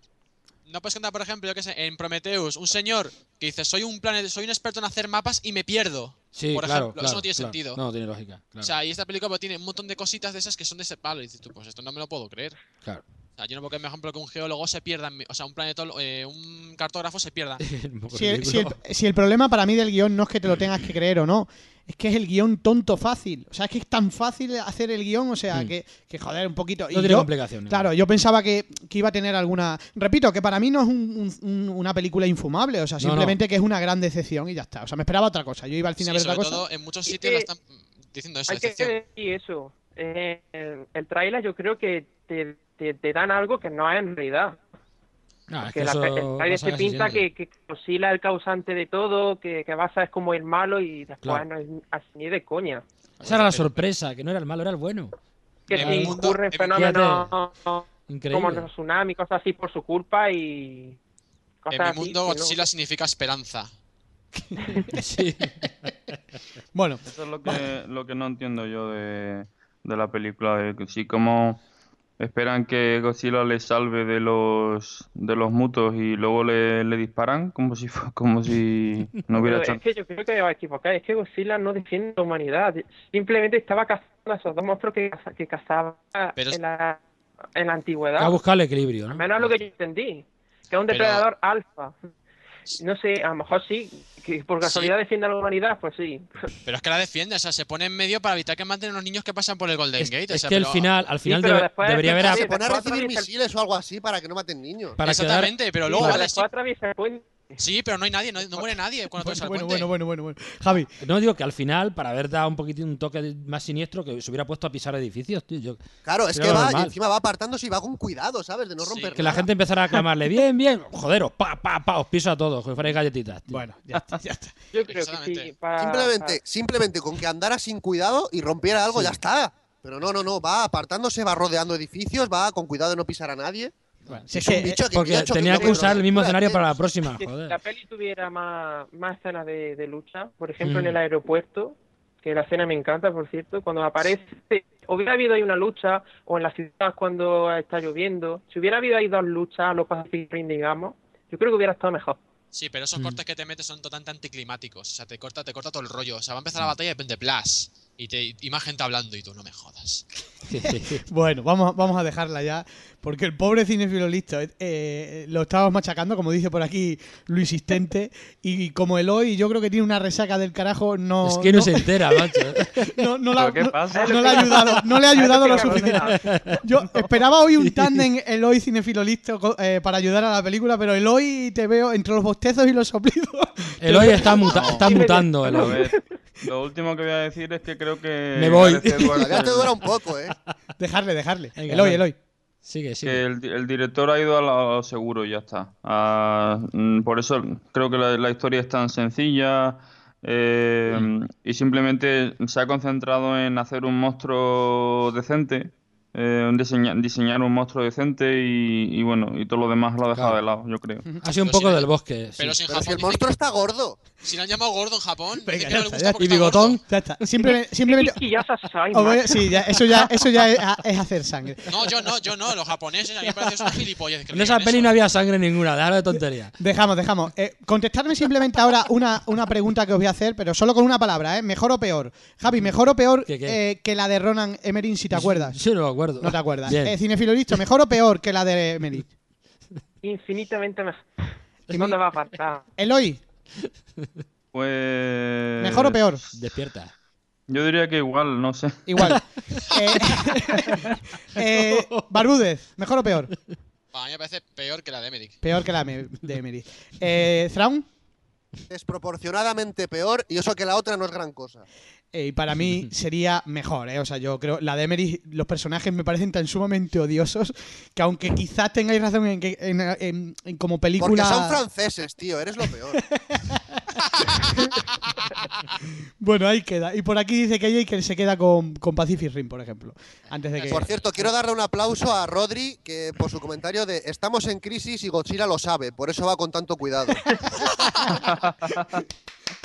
No puedes contar, por ejemplo, yo que sé, en Prometheus, un señor que dice, soy un planeta, soy un experto en hacer mapas y me pierdo.
sí,
por
claro,
ejemplo,
claro,
eso no tiene
claro.
sentido.
No, tiene lógica. Claro,
O sea, y esta película pues, tiene un montón de cositas de esas que son de ese palo. Y dices tú, pues esto no me lo puedo creer.
claro.
O sea, yo no puedo creer, por ejemplo, que un geólogo se pierda, en mi- o sea, un planetólogo, eh, un cartógrafo se pierda.
Un poco
Si el, si el-
ridículo.
si el problema para mí del guión no es que te lo tengas que creer o no, es que es el guión tonto fácil. O sea, es que es tan fácil hacer el guión, o sea,
Mm.
que, que joder, un poquito.
No tiene complicaciones.
Claro, yo pensaba que, que iba a tener alguna. Repito, que para mí no es un- un- un- una película infumable, o sea,
No, no.
simplemente que es una gran decepción y ya está. O sea, me esperaba otra cosa. Yo iba al
Sí,
cine a ver
sobre
otra cosa.
todo, en muchos
Y
sitios
que-
lo están mm, diciendo eso.
Hay que
decepción.
decir eso. Eh, el, el tráiler yo creo que te, te, te dan algo que no es en realidad.
Ah, es
que
que
la-
eso
el
no
tráiler se
sabes si
pinta
siente.
que, que oscila el causante de todo, que, que Baza es como el malo y después
Claro.
no es así ni de coña.
Esa era la sorpresa, que no era el malo, era el bueno.
Que
En
si
el mundo,
ocurren
evidentemente.
fenómenos como
Increíble.
los tsunamis, cosas así por su culpa y... Cosas
En mi
así
mundo,
que no-
Godzilla significa esperanza.
Sí.
Bueno,
Eso es lo que, lo que no entiendo yo de, de la película. De que sí, como esperan que Godzilla le salve de los de los mutos y luego le, le disparan como si fu- como si no hubiera
Pero
hecho
es que yo creo que va a equivocar, es que Godzilla no defiende la humanidad, simplemente estaba cazando a esos dos monstruos que, caza- que cazaba
Pero es-
en, la, en la
Que ha
antigüedad.
buscado el equilibrio, ¿no?
Al menos lo que yo entendí, que es
Pero-
un depredador alfa. No sé, a lo mejor sí, que por casualidad defiende a la humanidad, pues sí.
Pero es que la defiende, o sea, se pone en medio para evitar que maten a unos niños que pasan por el Golden
Es,
Gate. o
es
sea,
que al
pero-
final, al final
pero
debe-
después-
debería haber a-
Sí,
Se pone a
Cuatro
recibir
mil-
misiles o algo así para que no maten niños.
para quedar
Exactamente, pero luego
Pero
vale, sí,
después atraviesa el puente.
sí, pero no hay nadie, no, no muere nadie cuando atravesas el
bueno,
puente.
bueno, bueno, bueno, bueno. Javi,
No digo que al final, para haber dado un poquitín un toque de- más siniestro, que se hubiera puesto a pisar edificios, tío. yo-
Claro, es
Pero
que va
normal.
y encima va apartándose y va con cuidado, ¿sabes? De no
Sí,
romper
que la
nada.
gente empezara a clamaarle, bien, bien, joderos, pa, pa, pa, os piso a todos, que fuerais galletitas. tío.
bueno, ya está, ya está.
Yo creo que sí.
Exactamente.
para-
Simplemente,
ah.
simplemente con que andara sin cuidado y rompiera algo, ya está. Pero no, no, no, va apartándose, va rodeando edificios, va con cuidado de no pisar a nadie.
Bueno,
Si es
Es un
que-
bicho que
Eh, Porque
mide ocho
tenía que
kilómetros
usar
de
el mismo
altura,
escenario
tío.
para la próxima,
que si la
Ah, joder.
peli tuviera más, más escenas de, de lucha, por ejemplo en
Mm.
el aeropuerto, que la escena me encanta, por cierto, cuando aparece, hubiera habido ahí una lucha, o en las ciudad cuando está lloviendo, si hubiera habido ahí dos luchas, los Pacific Rim, digamos, yo creo que hubiera estado mejor.
Sí,
Mm. Mm.
pero esos cortes que te metes son totalmente anticlimáticos. O sea, te corta, te corta todo el rollo. O sea, va a empezar la batalla y de repente, plas. Y, te, y más gente hablando y tú no me jodas.
Bueno, vamos, vamos a dejarla ya, porque el pobre cinefilo listo, eh, eh, lo estábamos machacando, como dice por aquí Luis Istente, y como el hoy yo creo que tiene una resaca del carajo, no,
es que no,
no,
se entera, macho.
no- no la-
¿Pero qué
no-
pasa?
no le ha ayudado, no le ha ayudado lo
Ay, qué
suficiente. Yo esperaba hoy un tándem Eloy cinefilo listo co- eh, para ayudar a la película, pero Eloy te veo entre los bostezos y los soplidos.
El hoy está, muta- está mutando, el
A
hoy.
ver, lo último que voy a decir es que creo que.
Me voy.
Gareth Edwards,
Todavía te dura
el,
un poco, ¿eh?
Dejarle, dejarle.
Venga,
Eloy,
vale.
Eloy.
Sigue,
que
sigue.
el, el director ha ido a lo seguro y ya está. Ah, mm, por eso creo que la, la historia es tan sencilla. eh, Y simplemente se ha concentrado en hacer un monstruo decente. eh, un diseña- diseñar un monstruo decente y, y bueno, y todo lo demás lo ha dejado
Claro.
de lado, yo creo.
Mm.
Ha sido un
Pero
poco
si-
del bosque. sí.
Pero si
Pero si
en Japón.
el
dicen
monstruo está gordo.
que- si le han llamado gordo en Japón. dicen
Venga,
que no
ya
le
está,
gusta
ya-
porque
Y
está
bigotón.
gordo.
Ya está. Simple- simplemente.
Y ya sabes,
os voy a- sí, ya, eso ya, eso ya es, es hacer sangre.
No, yo no, yo no. Los japoneses a mí me parecen unos gilipollas. que
En esa
digan
peli
eso.
no había sangre ninguna, dejar de tontería.
Dejamos, dejamos. Eh, contestadme simplemente ahora una, una pregunta que os voy a hacer, pero solo con una palabra, ¿eh? ¿Mejor o peor? Javi, ¿mejor o peor
¿Qué, qué?
eh, que la de Ronan Emerin, si te acuerdas?
Yo no me acuerdo.
No te acuerdas.
Bien.
Eh, cinefilo listo, ¿mejor o peor que la de Emerin?
Infinitamente mejor. No te va a faltar.
Eloy,
Pues.
¿mejor o peor?
Despierta.
Yo diría que igual, no sé.
Igual. Eh, eh, Barbúdez, ¿mejor o peor?
A mí me parece peor que la de Emmerich.
Peor que la me- de Emery. Eh, Thrawn,
Desproporcionadamente peor y eso que la otra no es gran cosa.
eh, y para mí sería mejor, ¿eh? O sea, yo creo, la de Emery, los personajes me parecen tan sumamente odiosos que aunque quizás tengáis razón en que en- en- en como
Porque
película...
son franceses, tío. Eres lo peor.
Bueno, ahí queda. Y por aquí dice que hay que se queda con, con Pacific Rim, por ejemplo. Antes de que...
Por cierto, quiero darle un aplauso a Rodri que por su comentario de estamos en crisis y Godzilla lo sabe, por eso va con tanto cuidado.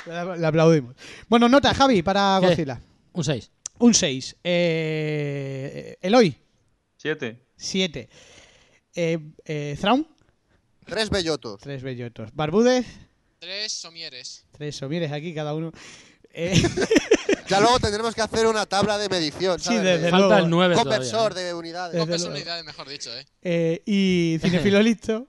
Le le aplaudimos. Bueno, nota, Javi, para
¿Qué?
Godzilla.
Un 6.
Un 6. Eh, Eloy,
Siete.
7. Eh, eh, Thrawn,
Tres bellotos.
3 bellotos. Barbúdez,
Tres somieres.
3 somieres aquí cada uno. Eh,
Ya luego tendremos que hacer una tabla de medición,
Sí,
¿sabes?
desde
De-
luego.
Falta el ¿eh? 9
conversor de
Desde
unidades.
Con
luego.
personalidades, mejor dicho, ¿eh?
eh, y Cinefilo listo.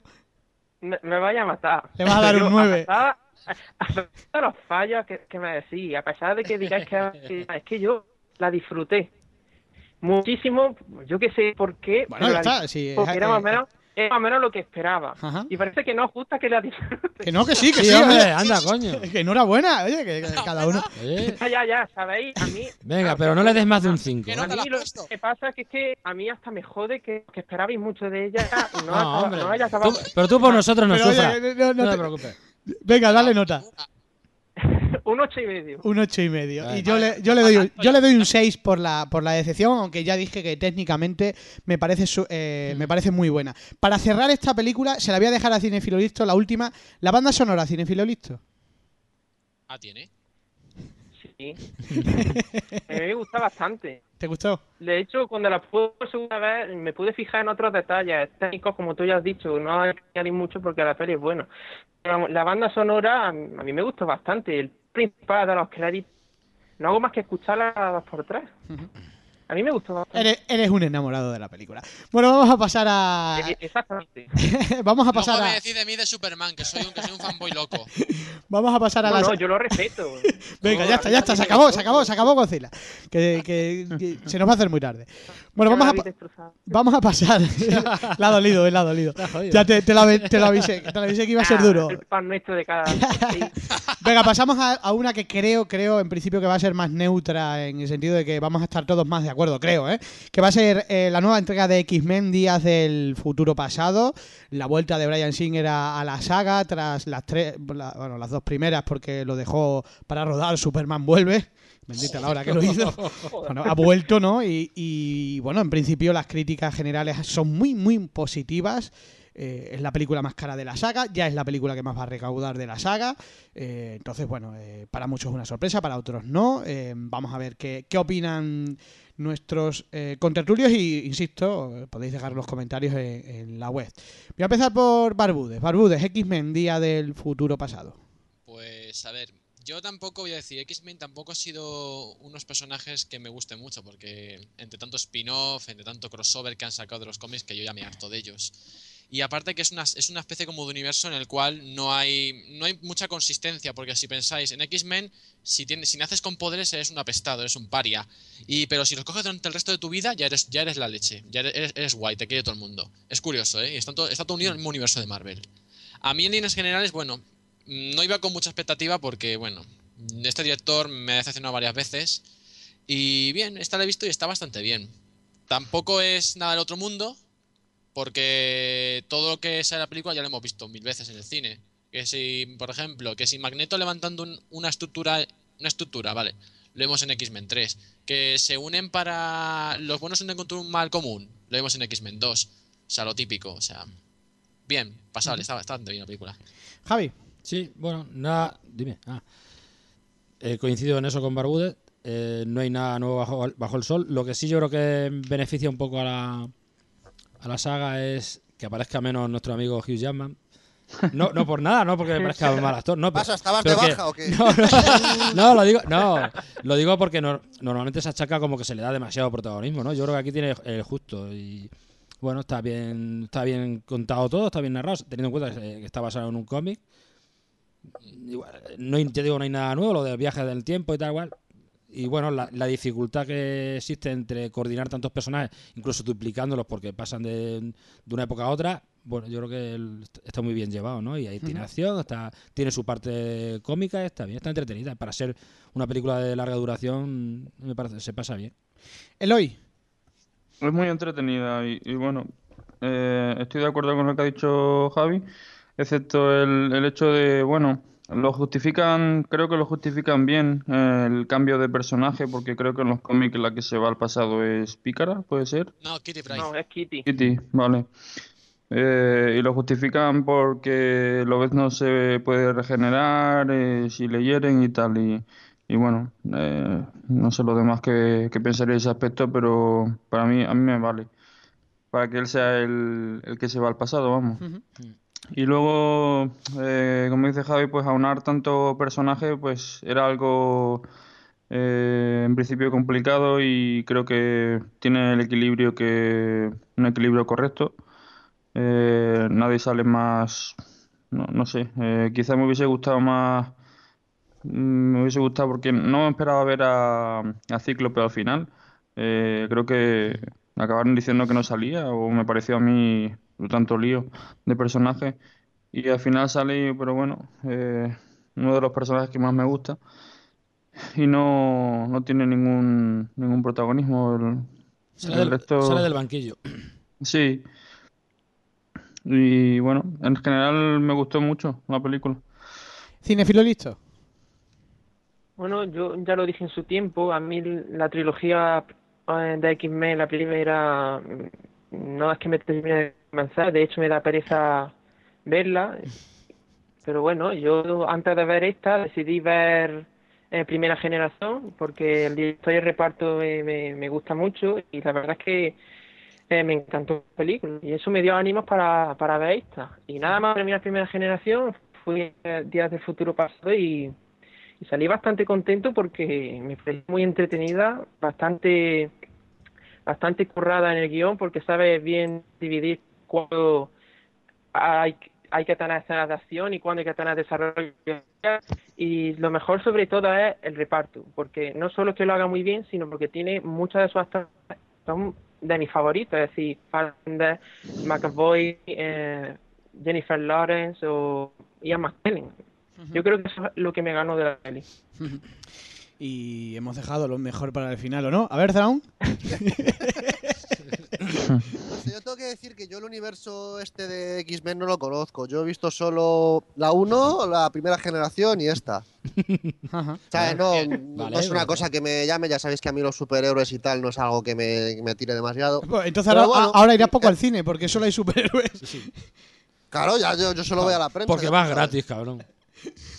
Me, me vaya a matar.
Le vas a dar un
Yo,
nueve.
A pesar, a pesar de los fallos que, que me decís, a pesar de que digáis que, que- es que yo la disfruté muchísimo, yo qué sé por qué,
Bueno,
pero
ya
la
está,
disfruté,
sí, es-
porque era más o
eh,
menos, era más o menos lo que esperaba.
Ajá.
Y parece que no es justa que la disfrute.
Que no, que sí, que
Sí,
sí.
hombre,
oye. ah,
anda, coño.
Que enhorabuena, oye, que que cada uno.
Oye,
Ya, ya, ya, ¿sabéis? A mí...
Venga,
a-
pero no le des más de un 5.
Que
A
no te la
mí
has
lo
puesto.
que pasa es que, es que a mí hasta me jode que, que esperabais mucho de ella y no,
No,
acaba-
hombre.
no haya acabado.
Tú- pero tú por nosotros no
Pero, oye,
sufras.
no, no
No
te-
te preocupes.
Venga, dale nota.
Ah,
Un ocho y medio.
Un ocho y medio.
Ay,
y yo le, yo le doy un, yo le doy un 6 por la, por la decepción, aunque ya dije que técnicamente me parece, su- eh,
Mm.
me parece muy buena. Para cerrar esta película, se la voy a dejar a Cinefilo Listo, la última. La banda sonora, Cinefilo Listo.
Ah, tiene.
Sí. a mí me gusta bastante.
¿Te gustó?
De hecho, cuando la pude por segunda vez, me pude fijar en otros detalles técnicos, como tú ya has dicho, no hay que añadir mucho porque la peli es buena. Pero la banda sonora a mí a mí me gustó bastante, el principal de los créditos. No hago más que escucharla a dos por tres. A mí me gustó bastante.
Eres, eres un enamorado de la película. Bueno, vamos a pasar a.
Eh, Exactamente.
vamos a
Luego
pasar
me
a.
decís de mí de Superman, que soy un, que soy un fanboy loco.
Vamos a pasar a
No,
la.
no, yo lo respeto.
Venga,
No,
ya
a
está,
mí
ya está, se
también me
acabó,
gustó.
se acabó, se acabó Godzilla. Que, que- que se nos va a hacer muy tarde. Bueno,
Ya
vamos
la
a,
habéis
pa-
destrozado.
vamos a pasar. la ha dolido, eh, la ha dolido.
jodido.
Ya te, te lo, ave- te lo avisé, te lo avisé que iba a ser
Ah,
duro.
El pan nuestro de cada. Sí.
Venga, pasamos a, a una que creo, creo, en principio que va a ser más neutra, en el sentido de que vamos a estar todos más de acuerdo, creo, ¿eh? Que va a ser eh, la nueva entrega de X-Men Días del futuro pasado, la vuelta de Brian Singer a, a la saga tras las tres, la- bueno, las dos primeras porque lo dejó para rodar Superman Vuelve. Bendita la hora que lo hizo. Bueno, ha vuelto, ¿no? Y, y, bueno, en principio las críticas generales son muy, muy positivas. Eh, es la película más cara de la saga, ya es la película que más va a recaudar de la saga. Eh, entonces, bueno, eh, para muchos es una sorpresa, para otros no. Eh, vamos a ver qué, qué opinan nuestros eh, contertulios y, insisto, eh, podéis dejar los comentarios en, en la web. Voy a empezar por Barbudes. Barbudes, X-Men, Día del Futuro Pasado.
Pues, a ver, Yo tampoco voy a decir, X-Men tampoco ha sido unos personajes que me gusten mucho, porque entre tanto spin-off, entre tanto crossover que han sacado de los cómics, que yo ya me harto de ellos. Y aparte que es una, es una especie como de universo en el cual no hay, no hay mucha consistencia, porque si pensáis, en X-Men, si, tienes, si naces con poderes eres un apestado, eres un paria. Y, pero si los coges durante el resto de tu vida, ya eres, ya eres la leche, ya eres, eres, eres guay, te quiere todo el mundo. Es curioso, ¿eh? Está todo, está todo unido en el mismo universo de Marvel. A mí en líneas generales, bueno, no iba con mucha expectativa porque, bueno, este director me ha decepcionado varias veces. Y bien, esta la he visto y está bastante bien. Tampoco es nada del otro mundo, porque todo lo que sale la película ya lo hemos visto mil veces en el cine. Que si, por ejemplo, que si Magneto levantando un, una estructura, una estructura, vale, lo vemos en X-Men 3. Que se unen para. Los buenos se unen contra un mal común, lo vemos en X-Men 2. O sea, lo típico, o sea. Bien, pasable, está bastante bien la película.
Javi.
Sí, bueno, nada. Dime. Ah. Eh, coincido en eso con Barbude. Eh, no hay nada nuevo bajo, bajo, el sol. Lo que sí yo creo que beneficia un poco a la, a la saga es que aparezca menos nuestro amigo Hugh Jackman. No, no por nada, no porque me parezca mal actor. No, pero,
¿Pasa, estabas
pero
de
que-
baja o qué?
No, no, no, lo digo, no, lo digo porque no- normalmente se achaca como que se le da demasiado protagonismo, ¿no? Yo creo que aquí tiene el justo y bueno, está bien, está bien contado todo, está bien narrado, teniendo en cuenta que está basado en un cómic. Igual, No, hay- te digo, no hay nada nuevo, lo del viaje del tiempo y tal cual. Y bueno, la, la dificultad que existe entre coordinar tantos personajes, incluso duplicándolos porque pasan de, de una época a otra, bueno, yo creo que el- está muy bien llevado, ¿no? Y hay tinación, está, tiene su parte cómica, está bien, está entretenida. Para ser una película de larga duración, me parece, se pasa bien.
Eloy.
Es muy entretenida y, y bueno, eh, estoy de acuerdo con lo que ha dicho Javi, excepto el, el hecho de, bueno, lo justifican, creo que lo justifican bien eh, el cambio de personaje, porque creo que en los cómics la que se va al pasado es Pícara, puede ser.
No, Kitty Pryde.
No, es Kitty.
Kitty, vale. Eh, y lo justifican porque Lobez no se puede regenerar eh, si le hieren y tal. Y, y bueno, eh, no sé lo demás que, que pensaría de ese aspecto, pero para mí, a mí me vale. Para que él sea el, el que se va al pasado, vamos. Y luego, eh, como dice Javi, pues aunar tanto personaje, pues era algo eh, en principio complicado y creo que tiene el equilibrio que un equilibrio correcto. Eh, nadie sale más, no, no sé, eh, quizá me hubiese gustado más, mm, me hubiese gustado porque no esperaba ver a, a Cíclope al final. Eh, creo que acabaron diciendo que no salía o me pareció a mí tanto lío de personaje y al final sale, pero bueno, eh, uno de los personajes que más me gusta y no, no tiene ningún, ningún protagonismo. el-
Sale
El
del,
resto-
sale del banquillo.
Sí. Y bueno, en general me gustó mucho la película.
Cinefilo listo.
Bueno, yo ya lo dije en su tiempo, a mí la trilogía eh, de X-Men, la primera, mm, no es que me termine de convencer, de hecho me da pereza verla, pero bueno, yo antes de ver esta decidí ver eh, Primera Generación, porque el director y el reparto eh, me, me gusta mucho y la verdad es que eh, me encantó la película y eso me dio ánimos para, para ver esta. Y nada más terminar Primera Generación, fui a Días del Futuro Pasado y y salí bastante contento porque me pareció muy entretenida, bastante bastante currada en el guión porque sabes bien dividir cuándo hay, hay que tener escenas de acción y cuándo hay que tener desarrollo. Y lo mejor sobre todo es el reparto, porque no solo es que lo haga muy bien, sino porque tiene muchas de sus actas son de mis favoritos, es decir, Fassbender, McAvoy, eh, Jennifer Lawrence o Ian McKellen. Yo creo que eso es lo que me ganó de la peli.
Y hemos dejado lo mejor para el final, ¿o no? A ver, Zaun.
No sé, yo tengo que decir que yo el universo este de X-Men no lo conozco. Yo he visto solo la 1, la primera generación y esta.
Ajá.
O sea, no, no
Vale,
es una
vale.
cosa que me llame, ya sabéis que a mí los superhéroes y tal no es algo que me, que me tire demasiado.
Pues entonces
Pero
ahora,
bueno.
ahora irás poco al cine, porque solo hay superhéroes.
Claro, ya yo, yo solo voy a la prensa.
Ah, Porque
ya
vas
sabes,
gratis, cabrón.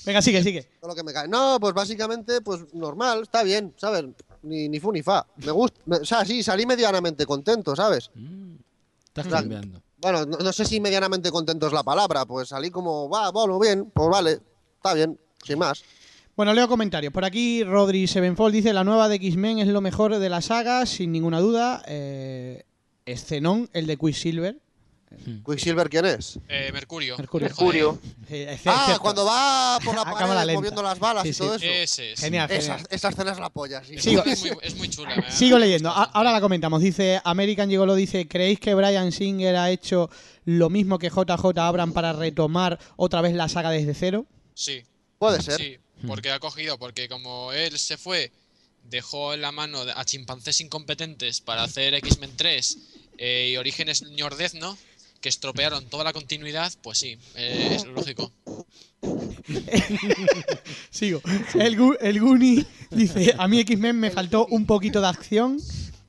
Venga, sigue, sigue.
todo lo que me cae. No, pues básicamente, pues normal, está bien, ¿sabes? Ni, ni fu ni fa. Me gusta, me- o sea, sí, salí medianamente contento, ¿sabes?
Estás
Claro.
cambiando.
Bueno, no, no sé si medianamente contento es la palabra, pues salí como, va, bueno, bien, pues vale, está bien, sin más.
Bueno, leo comentarios. Por aquí Rodri Sevenfold dice, la nueva de X-Men es lo mejor de la saga, sin ninguna duda. Eh, es Zenón, el de Quicksilver.
¿Quicksilver quién es?
Eh, Mercurio.
Mercurio.
Joder.
Eh, es- es
Ah,
cierto.
cuando va por la
A cámara
pared
lenta.
moviendo las balas
Sí,
y
sí.
todo eso.
Ese, sí.
Genial,
Esa,
genial.
esa escena es la polla, sí.
Es,
Sigo.
muy, es muy chula. ¿eh? me-
Sigo leyendo. A- ahora la comentamos. Dice American Gigolo dice, ¿creéis que Brian Singer ha hecho lo mismo que JJ Abrams para retomar otra vez la saga desde cero?
Sí,
Puede ser.
sí. Porque ha cogido, porque como él se fue, dejó en la mano a chimpancés incompetentes para hacer X-Men 3 eh, y Orígenes Ñordezno, que estropearon toda la continuidad, pues sí, eh, es lógico.
Sigo. El, Gu- el Goonie dice, a mí X-Men me faltó un poquito de acción.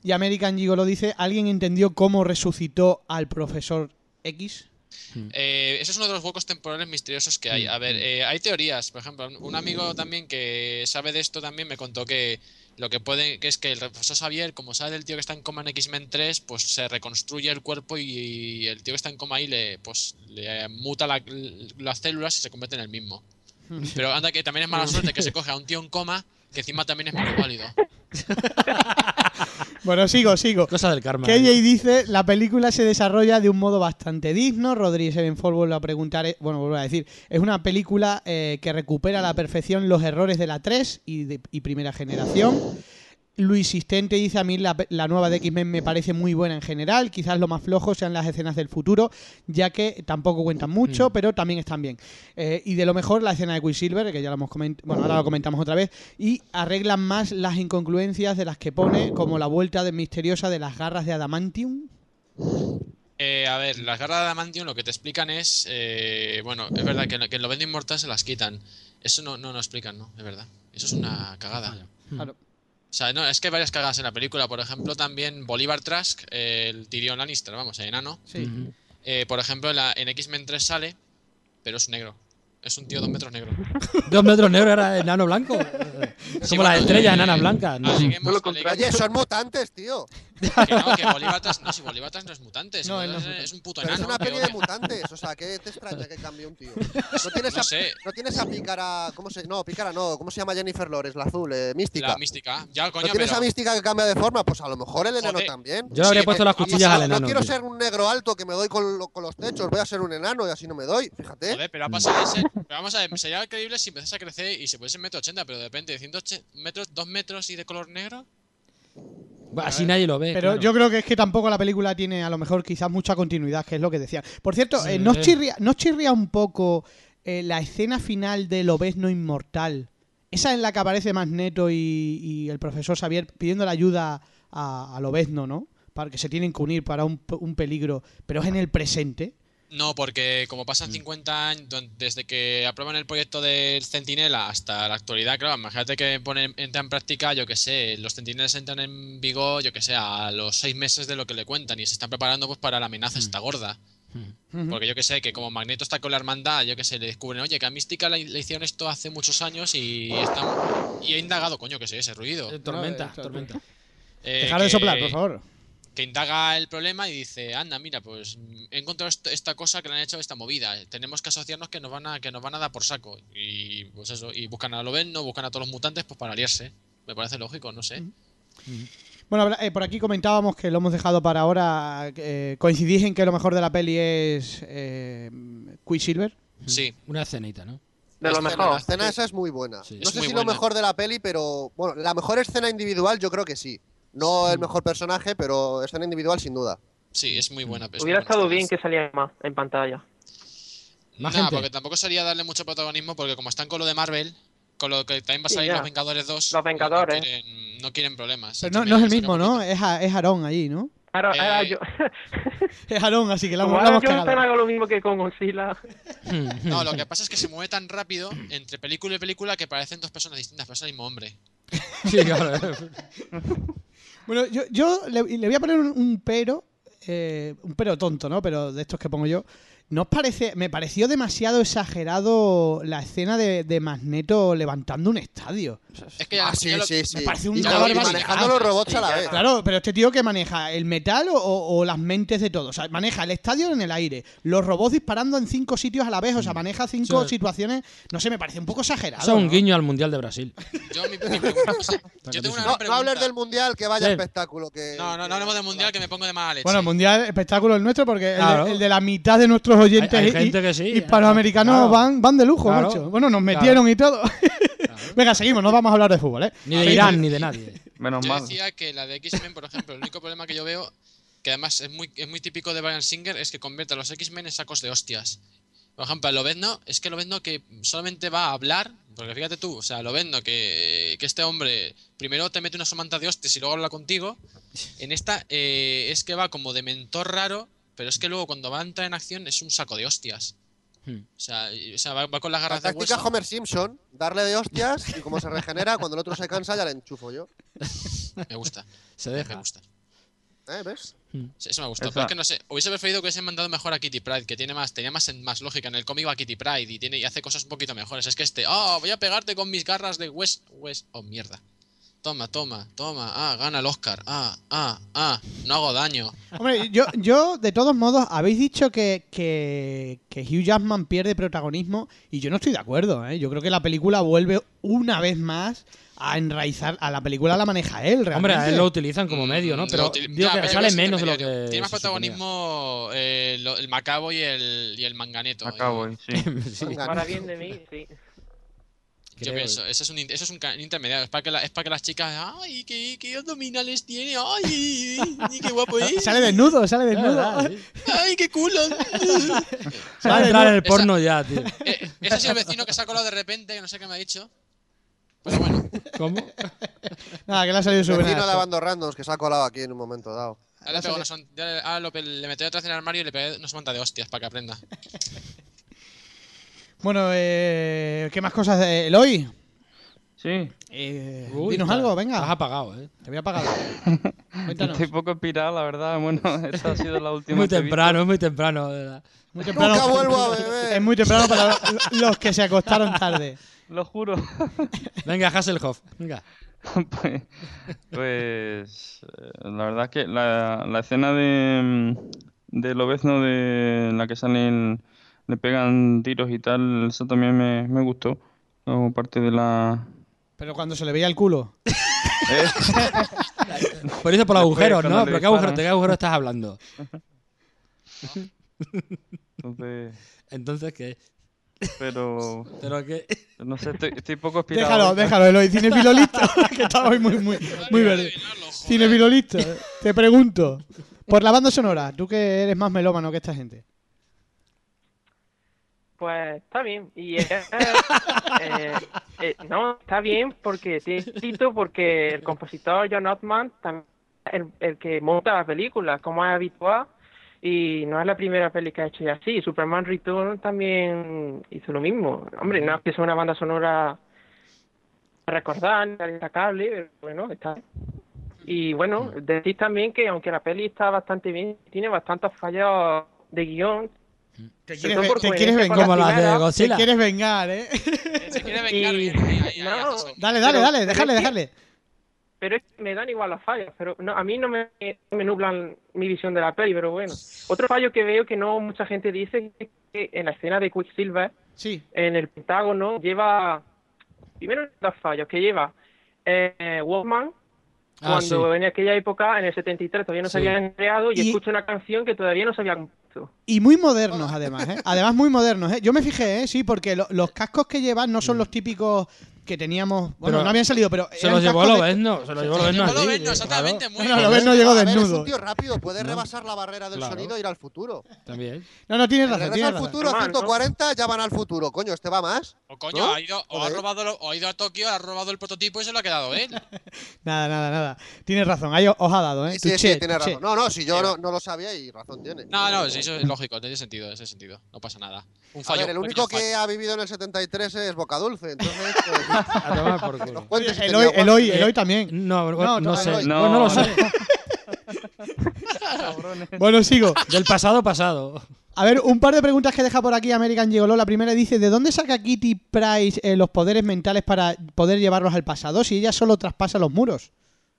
Y American Gigolo dice, ¿alguien entendió cómo resucitó al profesor X?
Eh, ese es uno de los huecos temporales misteriosos que hay. A ver, eh, hay teorías. Por ejemplo, un- un amigo también que sabe de esto también me contó que lo que puede que es que el profesor Xavier, como sabe del tío que está en coma en X-Men 3, pues se reconstruye el cuerpo y el tío que está en coma ahí le, pues, le muta la- las células y se convierte en el mismo. Pero anda que también es mala suerte que se coge a un tío en coma que encima también es muy válido.
Bueno, sigo, sigo.
Cosa del karma. ¿eh?
KJ dice, la película se desarrolla de un modo bastante digno. Rodríguez Sevenfold vuelve a preguntar, eh, bueno, vuelvo a decir, es una película eh, que recupera a la perfección los errores de la 3 y, de- y primera generación. Luis Sistente dice, a mí la, pe- la nueva de X-Men me parece muy buena en general, quizás lo más flojo sean las escenas del futuro, ya que tampoco cuentan mucho, pero también están bien. Eh, y de lo mejor la escena de Quicksilver, que ya lo hemos coment- bueno, ahora lo comentamos otra vez, y arreglan más las inconcluencias de las que pone, como la vuelta de- misteriosa de las garras de Adamantium.
Eh, a ver, las garras de Adamantium lo que te explican es. eh, bueno, es verdad que, en lo- que en lo vendo inmortal se las quitan. Eso no, no lo explican, ¿no? Es verdad. Eso es una cagada.
Claro.
O sea, no, es que hay varias cagadas en la película. Por ejemplo, también Bolívar Trask, eh, el Tyrion Lannister, vamos, el enano.
Sí.
Eh, por ejemplo, en, la- en X-Men 3 sale, pero es negro. Es un tío dos metros negro.
Dos metros negros era enano blanco. Como las
Sí, bueno,
estrellas
eh,
enanas blancas. ¿no?
aleguemos-
No lo
aleguemos-
contrario.
Oye, son mutantes, tío.
Que no, que Bolívar Trask no, si Bolívar Trask no es mutante. si
No, él
Bolívar
no es
Trask es, un puto
Pero es
enano.
una
pero
peli de
que-
mutantes. O sea, ¿qué te extraña que cambie un tío? No tienes
No
a,
sé.
no tienes a Pícara. ¿Cómo se.? No, Pícara no. ¿Cómo se llama Jennifer Lores? La azul, eh, mística.
la mística. Ya, coño,
¿No tienes
pero-
a mística que cambia de forma? Pues a lo mejor el enano
Joder.
también.
Yo le habría
Sí,
puesto las
ha pasado-
cuchillas al
no,
enano.
no quiero
tío.
ser un negro alto que me doy con, lo- con los techos. Voy a ser un enano y así no me doy. Fíjate.
Joder, pero ha pasado de ser- Pero vamos a ver, sería creíble si empezas a crecer y se pudiese metro ochenta, pero de repente de 180 metros, 2 metros y de color negro.
Bah, Así nadie lo ve.
Pero
claro.
yo creo que es que tampoco la película tiene a lo mejor quizás mucha continuidad, que es lo que decía. Por cierto,
Sí.
eh, ¿no, os chirría, no os chirría un poco eh, la escena final del Obesno Inmortal? Esa en la que aparece Magneto y, y el profesor Xavier pidiendo la ayuda a- al Obesno, ¿no? Para que se tienen que unir para un, p- un peligro, pero es en el presente.
No, porque como pasan 50 años, don- desde que aprueban el proyecto del Centinela hasta la actualidad, claro, imagínate que ponen, entra en práctica, yo que sé, los Centinelas entran en vigor, yo que sé, a los 6 meses de lo que le cuentan y se están preparando pues para la amenaza esta gorda.
Ujú.
Porque yo que sé, que como Magneto está con la hermandad, yo que sé, le descubren, oye, que a Mística le, le hicieron esto hace muchos años y, está, y he indagado, coño, que sé, ese ruido.
Eh, Tormenta,
No, eh,
tormenta.
Eh,
Dejar de
que-
soplar, por favor.
Que indaga el problema y dice, anda, mira, pues mm, he encontrado esto- esta cosa que le han hecho esta movida. eh, Tenemos que asociarnos que nos van a, que nos van a dar por saco. Y pues eso, y buscan a Lobezno, buscan a todos los mutantes pues para aliarse. Me parece lógico, no sé.
Bueno, habrá- eh, por aquí comentábamos que lo hemos dejado para ahora. eh, ¿Coincidís en que lo mejor de la peli es eh, Quicksilver?
Sí.
Una escenita, ¿no?
La
De lo
escena- La
mejor.
escena esa es muy buena.
Sí.
No
Es
sé
muy
si lo
buena.
mejor de la peli, pero. Bueno, la mejor escena individual, yo creo que sí. No el mejor personaje, pero escena individual sin duda.
Sí, es muy buena. es
Hubiera
muy buena.
estado bien que saliera más en pantalla.
Más
Nah,
gente.
porque tampoco sería darle mucho protagonismo porque como están con lo de Marvel, con lo que también va a
Sí,
salir
ya.
los Vengadores 2.
Los Vengadores.
No quieren, no quieren problemas.
Pero no,
Entonces,
no es el
mira,
mismo,
saca un
¿no? Es, a- es Aarón allí, ¿no?
Ahora, ahora
Eh,
yo.
Es Aarón, así que la,
como
la
ahora
hemos
yo
cagado.
hago lo mismo que con Godzilla.
No, lo que pasa es que se mueve tan rápido entre película y película que parecen dos personas distintas, pero es el mismo hombre.
Sí, claro.
Bueno, yo, yo le, le voy a poner un, un pero, eh, un pero tonto, ¿no? Pero de estos que pongo yo. ¿No os parece, me pareció demasiado exagerado la escena de, de Magneto levantando un estadio?
Es que ya,
ah, sí,
ya lo-
sí, sí.
me parece un
Y
trabajo
y
barbaridad.
manejando los robots a la vez.
Claro, pero este tío que maneja el metal o, o- o las mentes de todo. O sea, maneja el estadio en el aire, los robots disparando en cinco sitios a la vez. O sea, maneja cinco
Sí.
situaciones. No sé, me parece un poco exagerado.
Eso es un
¿no?
guiño al Mundial de Brasil.
yo, mi- mi pregunta- yo tengo una
No, no
pregunta.
hables del mundial, que vaya
Sí.
espectáculo. Que,
No, no, no hablemos del mundial que me pongo de mala leche.
Bueno, el mundial espectáculo el nuestro porque el de-
Claro.
el, de la mitad de nuestros oyentes
Hay- hay
hi-
gente que sí,
hispanoamericanos
claro.
van, van de lujo,
Claro.
macho. Bueno, nos metieron y todo. Venga, seguimos, no vamos a hablar de fútbol, ¿eh?
Ni de Irán, ni de nadie.
Menos
Yo
mal.
decía que la de X-Men, por ejemplo, el único problema que yo veo, que además es muy, es muy típico de Brian Singer, es que convierte a los X-Men en sacos de hostias. Por ejemplo, a Lobezno, es que Lobezno que solamente va a hablar, porque fíjate tú, o sea, Lobezno, que, que este hombre primero te mete una somanta de hostias y luego habla contigo, en esta eh, es que va como de mentor raro, pero es que luego cuando va a entrar en acción es un saco de hostias.
Hmm.
O sea, y- o sea, va, va con las
La
garras de
táctica
hueso.
Homer Simpson, darle de hostias y como se regenera, cuando el otro se cansa ya le enchufo yo.
Me gusta,
Se
me
deja.
gusta.
¿Eh? ¿Ves?
Sí, Eso me gustó,
Esa-
pero es que no sé, hubiese preferido que hubiesen mandado mejor a Kitty Pride, que tiene más, tenía más, más lógica en el cómic va Kitty Pride y tiene y hace cosas un poquito mejores. Es que este, oh, voy a pegarte con mis garras de West, West, oh mierda. Toma, toma, toma, ah, gana el Oscar, ah, ah, ah, no hago daño.
Hombre, yo, yo, de todos modos, habéis dicho que, que, que Hugh Jackman pierde protagonismo y yo no estoy de acuerdo, ¿eh? Yo creo que la película vuelve una vez más a enraizar, a la película la maneja él, realmente.
Hombre, a él lo utilizan como medio, ¿no?
Mm,
Pero
lo util-
digo
Ya,
que
pero
sale
es
menos de lo
intermediario.
que.
Tiene más
se
protagonismo eh, lo- el Macabo y el, y el Manganeto. eh,
Acabo,
Y-
y sí.
suponía. Sí,
Venga,
Para bien de mí, sí.
Yo
creo. eh.
pienso, eso es un, in- eso es un ca- intermediario, es para que, la- es para que las chicas, ay, qué, qué abdominales tiene, ay, y qué guapo es.
Sale desnudo, sale
Es
desnudo.
verdad, sí.
¡Ay, qué culo!
Se va a entrar en el porno ya, tío.
Eh, ese es el vecino que se ha colado de repente, que no sé qué me ha dicho. Pero bueno,
¿Cómo?
Nada, que le ha salido su
El vecino
venazo.
lavando randoms que se ha colado aquí en un momento dado.
ahora, le pego una son- ya le- ahora lo pe- le metí atrás en el armario y le pegué una manta de hostias para que aprenda.
Bueno, eh, ¿qué más cosas de Eloy?
Sí,
Eh,
Uy,
dinos
está-
algo,
Estás
venga.
apagado, ¿eh?
Te voy a pagar. Cuéntanos.
estoy poco pirado, la verdad. Bueno, esta ha sido la última.
Muy
que he visto.
temprano, es muy temprano. de verdad.
Muy
Nunca vuelvo a beber.
Es muy temprano para los que se acostaron tarde.
Lo juro.
Venga, Hasselhoff. Venga.
pues, pues, eh, la verdad es que la, la escena de, mm, de Lobezno de en la que salen, le pegan tiros y tal, eso también me, me gustó. Como parte de la...
Pero cuando se le veía el culo.
Eh,
Por eso por los
Después,
agujeros,
cuando
¿no?
le
Pero qué
disparan.
agujero, ¿de qué agujero estás hablando?
entonces,
Entonces, ¿qué?
pero
Pero qué.
no sé, estoy, estoy poco
Déjalo,
inspirado.
déjalo, Eloy. Cinefilo listo. que estaba hoy muy, muy, muy verde. Cinefilo listo. Te pregunto. Por la banda sonora, tú que eres más melómano que esta gente.
Pues está bien. Y es- eh, eh, no, está bien porque tiene éxito porque el compositor John Ottman también es el, el que monta la película, como es habitual. Y no es la primera peli que ha hecho ya así. Superman Return también hizo lo mismo. Hombre, no es que sea una banda sonora a recordar, ni destacable, pero bueno, está. Y bueno, decir también que aunque la peli está bastante bien, tiene bastantes fallos de guión,
Te
quieres ve- te quieres
vengar.
vengar.
Como las de
primera,
Te
Godzilla.
quieres vengar, eh.
Se quiere vengar
vengar
bien.
bien, ahí, ahí, ahí, No. hasta-
Dale, dale,
Pero-
dale.
pero
Déjale,
es que-
déjale.
pero es que me dan igual las fallas, pero no, a mí no me, me nublan mi visión de la peli, pero bueno. Otro fallo que veo que no mucha gente dice es que en la escena de Quicksilver,
Sí.
en el Pentágono, lleva, primero dos fallos, que lleva eh, Walkman,
Ah, sí.
cuando en aquella época, en el 73, todavía no se
Sí.
habían creado, y,
Y-
escucha una canción que todavía no se había compuesto.
Y muy modernos, además, ¿eh? Además, muy modernos, ¿eh? Yo me fijé, ¿eh? Sí, porque lo- los cascos que llevan no son los típicos que teníamos. Bueno,
Mm. Pero
no habían salido, pero.
Se
eran
los llevó ¿eh?
cascos de-
Lobezno. Se los llevó Lobezno.
No lo
allí, Eh,
ven, no,
claro.
exactamente, muy
No, no, lo
bien.
ves, no llegó
A ver, es
desnudo.
un tío rápido, puede
No.
rebasar la barrera del
Claro.
sonido e ir al futuro.
También.
No, no, tienes razón,
Regresa
tienes
al
razón.
futuro,
Ah, ¿no?
140, ya van al futuro. Coño, este va más.
O coño,
¿No?
ha ido, o ha
Joder.
robado, lo- o ha ido a Tokio, ha robado el prototipo y se lo ha quedado él.
Nada, nada, nada. Tienes razón, ahí os os ha dado, ¿eh?
Sí, sí,
Touché,
sí, tiene
touché.
razón. No, no, si yo no, no lo sabía y razón tiene.
No, no, sí, eso es lógico, tiene sentido, ese sentido. No pasa nada. Un
A
fallo.
ver, el
un
único
pequeño
que
fallo.
ha vivido en el 73 es Boca Dulce, entonces. pues,
A tomar por culo.
nos cuentes si
Eloy,
tenía
Eloy,
Eh,
Eloy también.
No,
No,
no,
no,
sé.
Eloy.
No, no lo sé.
Bueno, sigo.
Del pasado pasado.
A ver, un par de preguntas que deja por aquí American Gigolo. La primera dice, ¿de dónde saca Kitty Price eh, los poderes mentales para poder llevarlos al pasado si ella solo traspasa los muros?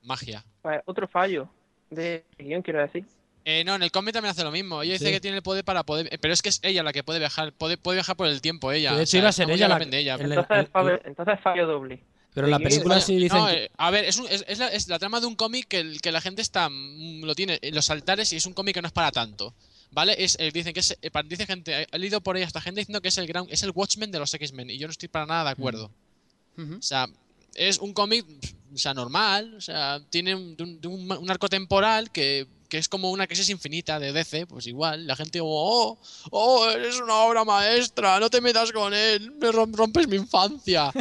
Magia.
Pues otro fallo de guión, quiero decir.
Eh, no, en el cómic también hace lo mismo. Ella dice
Sí.
que tiene el poder para poder. eh, Pero es que es ella la que puede viajar. Puede, puede viajar por el tiempo, ella.
Que de hecho
O sea,
iba a ser
está muy
ella la-
depende de ella.
el-
Entonces, es fallo, entonces es fallo doble.
Pero en la
Sí, que-
película
Vaya,
sí dicen
no,
que-
eh, a ver, es, un- es- es la, es la trama de un cómic que, el- que la gente está mm, lo tiene en los altares y es un cómic que no es para tanto. ¿Vale? Es, eh, dicen que es, eh, pa- dice gente, he- he leído por ahí hasta gente diciendo que es el gran, es el Watchmen de los X-Men y yo no estoy para nada de acuerdo.
Ujú.
O sea, es un cómic, o sea, normal, o sea, tiene un, de un- de un- un arco temporal que, que es como una crisis infinita de DC, pues igual, la gente, oh, oh, eres una obra maestra, no te metas con él, me rom- rompes mi infancia.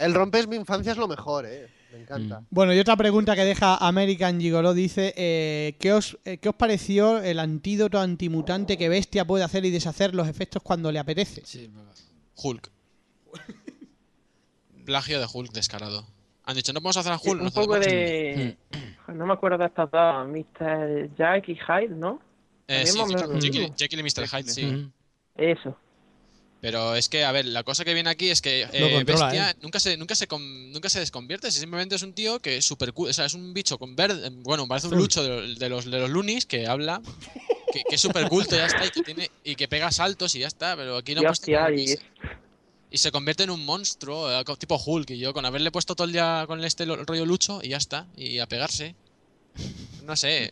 El rompes mi infancia es lo mejor, eh. Me encanta.
Bueno, y otra pregunta que deja American Gigolo dice, eh, ¿qué, os, eh, ¿qué os pareció el antídoto antimutante que Bestia puede hacer y deshacer los efectos cuando le apetece?
Hulk. Plagio de Hulk descarado. Han dicho, no podemos hacer a Hulk.
Un
nos
poco
hacemos a Hulk.
de... No me acuerdo de estas dos, Mr. Jack y Hyde, ¿no?
Eh, sí,
también
sí,
vamos a-
Jekyll- Jekyll y Mr. Hyde, sí.
Mm.
Eso.
Pero es que, a ver, la cosa que viene aquí es que eh,
controla,
Bestia
¿eh?
nunca, se, nunca, se con- nunca se desconvierte, si simplemente es un tío que es super cool, o sea, es un bicho con verde, em, bueno, parece un lucho de, de los, de los lunis que habla, que, que es super culto ya está, y que, tiene, y que pega saltos y ya está, pero aquí no
Y
han puesto
hostia,
nada
y
que se- y se convierte en un monstruo, eh, co- tipo Hulk, y yo con haberle puesto todo el día con este lo- rollo lucho y ya está, y a pegarse. No sé.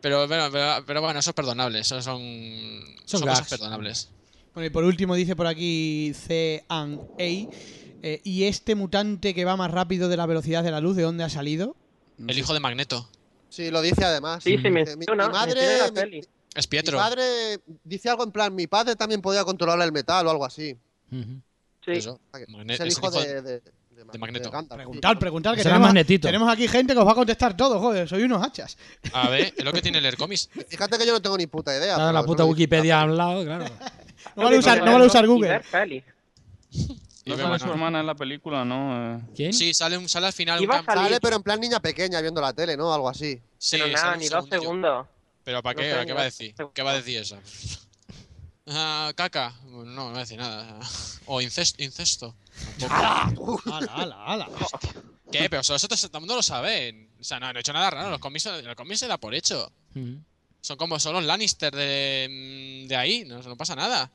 Pero, pero, pero, pero bueno, eso es perdonable, eso son, son,
gags.
cosas perdonables.
Bueno, y por último dice por aquí C and A, eh, ¿y este mutante que va más rápido de la velocidad de la luz, de dónde ha salido?
El hijo de Magneto
Sí, lo dice además.
Sí, se
Mi-
menciona.
mi madre-
menciona la
mi-
peli.
es
Mi
Pietro.
padre dice algo en plan, mi padre también podía controlar el metal o algo así.
Ujú.
Sí.
Eso,
O sea, que
Magne-
es el
es
hijo de, de, de- de
Magneto.
Gandalf,
Preguntar, preguntar, que
Será
tenemos,
Magnetito.
tenemos aquí gente que os va a contestar todo, joder, soy unos hachas.
A ver, es lo que tiene leer cómics.
sí. Fíjate que yo no tengo ni puta idea.
Claro,
pero
la
no
puta
lo dice.
Wikipedia a un lado, claro.
No vale usar, no vale usar Google.
Peli.
Y
No
ve,
sale
bueno,
su hermana en la película, ¿no? Eh,
¿Quién?
Sí, sale, un, sale al final.
Iba
un cam-
a
Sale,
salir,
pero en plan niña pequeña viendo la tele, ¿no? Algo así.
sí,
pero
sale
nada,
un
ni dos
segundillo.
segundos.
Pero ¿para qué?
No sé,
¿Qué
ni
va a
dos
decir? ¿Qué va a decir eso? Ah, caca. No, no va a decir nada. O incesto. incesto.
Ala, ala, ala.
¿Qué? Pero eso, eso todo el mundo lo sabe. O sea, no, no he hecho nada raro. Los cómics, los cómics se da por hecho.
Mm.
Ujú.
Son como son los Lannister de, de ahí. No, no pasa nada.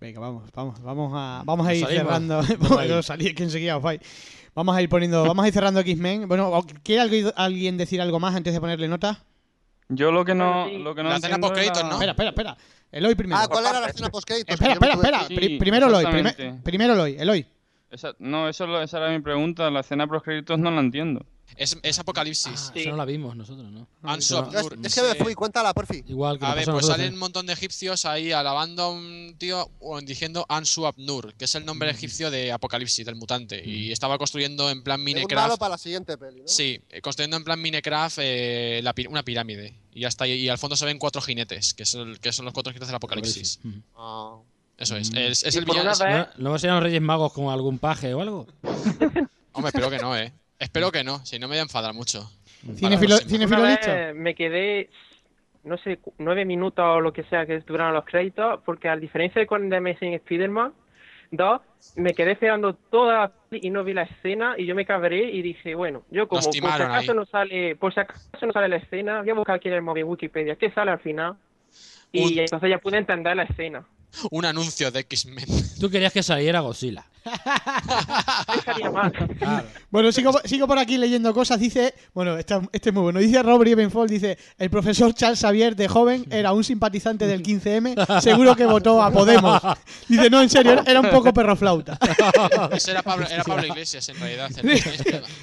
Venga, vamos, vamos, vamos a, vamos a
Nos
ir
salimos.
cerrando.
Nos
Vamos a
vais.
no, salí, que enseguida os vais. Vamos a ir poniendo, vamos a ir cerrando X-Men. Bueno, ¿o ¿quiere algu- alguien decir algo más antes de ponerle nota?
Yo lo que no,
Bueno, sí.
lo que no
La escena
entiendo es
postcréditos, ¿no?
la-
Espera, espera, espera. Eloy primero.
Ah, ¿cuál era la escena post-créditos?
Eh, espera,
Que yo me
espera,
tuve que-
espera.
Sí,
Pri- primero Eloy, prime-
exactamente.
primero Eloy, Eloy.
Esa, no, eso, lo- esa era mi pregunta. La escena postcréditos no la entiendo.
Es,
Ah,
es apocalipsis.
Sí.
Eso no la vimos nosotros, ¿no?
Ansu
Pero-
Abdur,
Es que me
eh,
fui, cuéntala, porfi.
Igual que
A
nos
ver,
pasó
pues
nosotros,
salen
¿eh?
un montón de egipcios ahí alabando a un tío o diciendo Ansu Abnur, que es el
Mm.
nombre egipcio de Apocalipsis, del mutante. Y estaba construyendo en plan
Es un malo
Minecraft.
para la siguiente peli, ¿no?
Sí, eh, construyendo en plan Minecraft eh, la pi- una pirámide. Y hasta ahí- y al fondo se ven cuatro jinetes, que son, que son los cuatro jinetes del Apocalipsis.
Ujú.
Ah.
Eso es.
Mm.
Es, es
Y
el
por
villano.
una vez-
es-
¿No, ¿No serían los Reyes Magos con algún paje o algo?
Hombre, espero que no, eh. Espero que no, si no me voy a enfadar mucho.
Cinefilo,
próxima.
cinefilo
Una
listo.
vez me quedé, no sé, cu- nueve minutos o lo que sea que duraron los créditos, porque a diferencia de con The Amazing Spider-Man 2, me quedé esperando toda la peli y no vi la escena y yo me cabré y dije, bueno, yo como por si
Lastimaron ahí.
acaso no sale, por si acaso no sale la escena, voy a buscar aquí en el móvil Wikipedia, ¿qué sale al final? Y
Un-
entonces ya pude entender la escena.
Un anuncio de X-Men.
Tú querías que saliera Godzilla.
No estaría mal.
Bueno, sigo, sigo por aquí leyendo cosas. Dice, bueno, esta- este es muy bueno. Dice Rob Riebenfeld, dice, el profesor Charles Xavier de joven era un simpatizante del 15M, seguro que votó a Podemos. Dice, no, en serio, era- era un poco perroflauta.
Ese era Pablo, era Pablo Iglesias, en realidad. el-
Luis,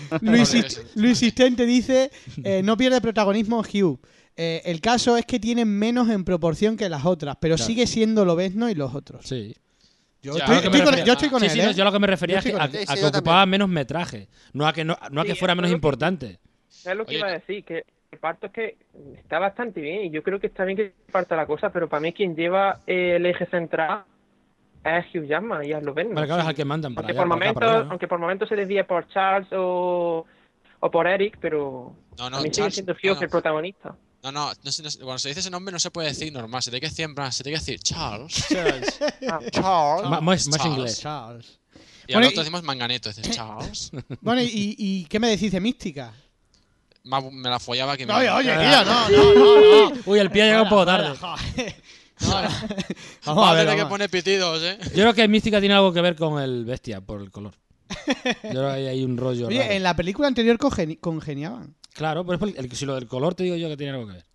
Pablo Iglesias.
Luis Sistente dice, eh, no pierde protagonismo Hugh. Eh, el caso es que tienen menos en proporción que las otras, pero
Claro.
sigue siendo Lobezno y los otros.
Sí.
Yo,
Ya,
estoy,
a lo que
estoy
me
con,
refería.
yo estoy con
sí,
él,
sí,
¿eh?
no, yo lo que me refería es
Yo
que
estoy
a,
con
él.
a
Sí,
que
yo
ocupaba menos metraje. No a que, no, no a que
Sí,
fuera
eso
menos
es lo que-
importante.
Es lo que
Oye,
iba a
no.
decir, que el parto es que está bastante bien y yo creo que está bien que parta la cosa, pero para mí quien lleva eh, el eje central es Hugh Jackman y a Eslovenia.
Vale, claro, es al que mandan para
aunque,
allá,
por
para acá,
momentos,
para allá, ¿no?
aunque por momentos se desvíe por Charles o, o por Eric, pero
No,
a
no,
mí sigue
Charles,
siendo Hugh
no, Ah, no.
el protagonista.
No, no, no, se- no se- cuando se dice ese nombre no se puede decir normal, se tiene que decir, en plan, se tiene que decir Charles.
Charles.
Ma- Más, más
Charles.
inglés.
Charles.
Y
Bueno,
nosotros
y-
decimos manganeto, dices Charles.
Bueno, ¿y, y qué me decís de Mística?
Ma- me la follaba que me.
Oye, oye, tío, no, no, no, no.
Uy, el pie ha llegado un poco tarde.
Vamos a ver,
que
vamos.
pone pitidos, eh.
Yo creo que Mística tiene algo que ver con el bestia por el color. Yo creo que ahí hay un rollo. raro.
Oye, en la película anterior congeni- congeniaban.
Claro, pero es por el, el- si lo del color te digo yo que tiene algo que ver.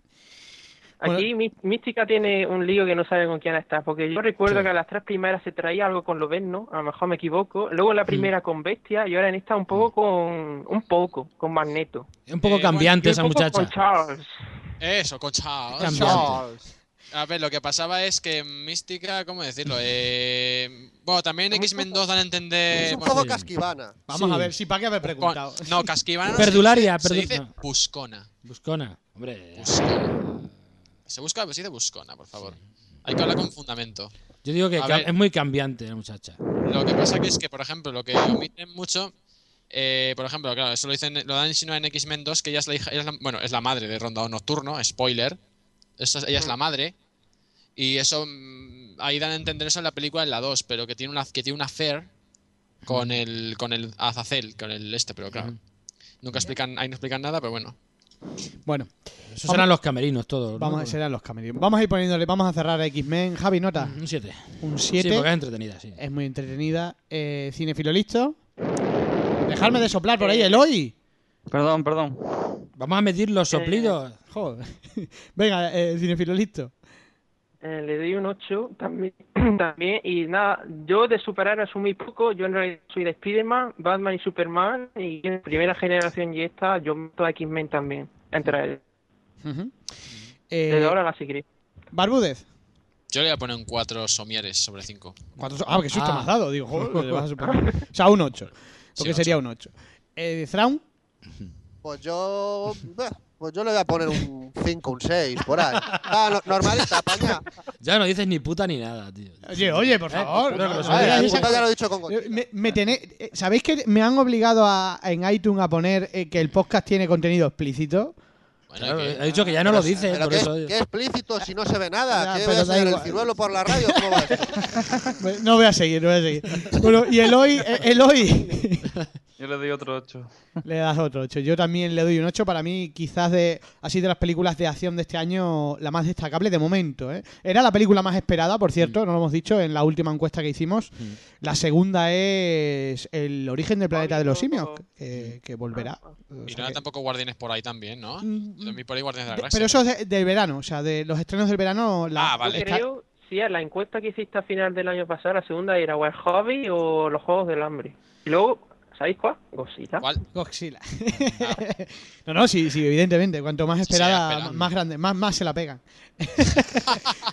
Aquí Mí- Mística tiene un lío que no sabe con quién está, porque yo recuerdo
Sí.
que a las tres primeras se traía algo con Lobezno, a lo mejor me equivoco, luego
Mm.
en la primera con Bestia y ahora en esta un poco con un poco con Magneto.
Es un poco
Eh,
cambiante
Y
Mm. esa
un poco
muchacha.
Con Charles.
Eso, con Charles.
Cambia.
Charles.
A ver, lo que pasaba es que Mística, ¿cómo decirlo? Eh, bueno, también X-Men 2 dan a entender.
Es
Eh, pues
un
bueno,
poco
sí.
casquivana.
Vamos
Sí.
a ver, si para qué haber
con-
preguntado.
no, Casquivana. no
Perdularia,
se dice, se
perdu-
dice Buscona.
Buscona. Hombre,
Buscona. Se busca, se dice Buscona, por favor. Hay que hablar con fundamento.
yo digo que
A
ca-
ver.
es muy cambiante la muchacha.
Lo que pasa que es que, por ejemplo, lo que omiten mucho, eh, por ejemplo, claro, eso lo dicen, lo dan insinuado en X-Men 2, que ella es la hija, ella es la- bueno, es la madre de Rondado Nocturno, spoiler. Esa es- ella es la madre. Y eso mm, ahí dan a entender eso en la película en la 2, pero que tiene una que tiene una affair con el con el Azazel, con el este, pero claro. Nunca explican, ahí no explican nada, pero bueno.
Bueno,
Esos eran los camerinos todos. ¿no?
vamos a ser a los camerinos. Vamos a ir poniéndole, vamos a cerrar a X-Men. Javi, nota.
Un 7.
Un
Sí,
7.
porque es entretenida, sí.
Es muy entretenida. Eh, Cinefilo listo. Dejarme de soplar por ahí, Eloy.
Perdón, perdón.
Vamos a medir los
Eh.
soplidos.
Joder. Venga, eh, Cinefilo listo.
Eh, le doy un 8 también, también. Y nada, yo de superhéroes soy muy poco. Yo en realidad soy de Spiderman, Batman y Superman. Y en primera generación y esta, yo meto a X-Men también. Entre ellos.
Ujú.
Desde
Eh,
ahora la seguiré.
Barbúdez.
Yo le voy a poner un 4 somieres sobre 5.
¿Cuántos- Ah, qué susto
Ah.
me has dado. Digo, joder, le vas a superar. O sea, un 8. Lo
Sí,
que
ocho.
sería un 8. Eh, Thrawn.
Pues yo. bah, Pues yo le voy a poner un 5, un 6, por ahí. Ah, no- normalita, paña.
Ya no dices ni puta ni nada, tío.
Oye, oye, por favor.
no, pero
Madre
eso-
Ay,
mía,
puta, ya lo he dicho con
Eh,
Godzilla.
me- me tené- eh, ¿Sabéis que me han obligado a, en iTunes a poner eh, que el podcast tiene contenido explícito?
Bueno,
Claro,
que-
he dicho que ya no lo dices,
Pero
por
qué,
eso.
qué explícito si no se ve nada.
Ya,
¿Qué
pero
voy a
da
enseñar el
igual. Pues
ciruelo por la radio? ¿Cómo va esto?
No voy a seguir, no voy a seguir. Bueno, y Eloy, eh, Eloy
Yo le doy otro 8.
le das otro 8. Yo también le doy un 8. Para mí, quizás de así de las películas de acción de este año, la más destacable de momento. ¿eh? Era la película más esperada, por cierto, no lo hemos dicho en la última encuesta que hicimos. La segunda es El origen del planeta de los simios, que, que volverá. O
Y
sea
no hay
que-
tampoco Guardianes por ahí también, ¿no?
Mm,
Yo vi por ahí Guardianes de la
de-
Galaxia.
pero eso es de- del verano, o sea, de los estrenos del verano. La,
Ah, vale.
Yo
está-
creo, si a la encuesta que hiciste a final del año pasado, la segunda era o el hobby o los juegos del hambre. Y luego, ¿sabéis cuál? Godzilla.
¿Cuál?
Godzilla. no, no, sí, sí, evidentemente. Cuanto más
Ah. Sí, se la
esperada,
pelan.
más grande, más, más se la pegan.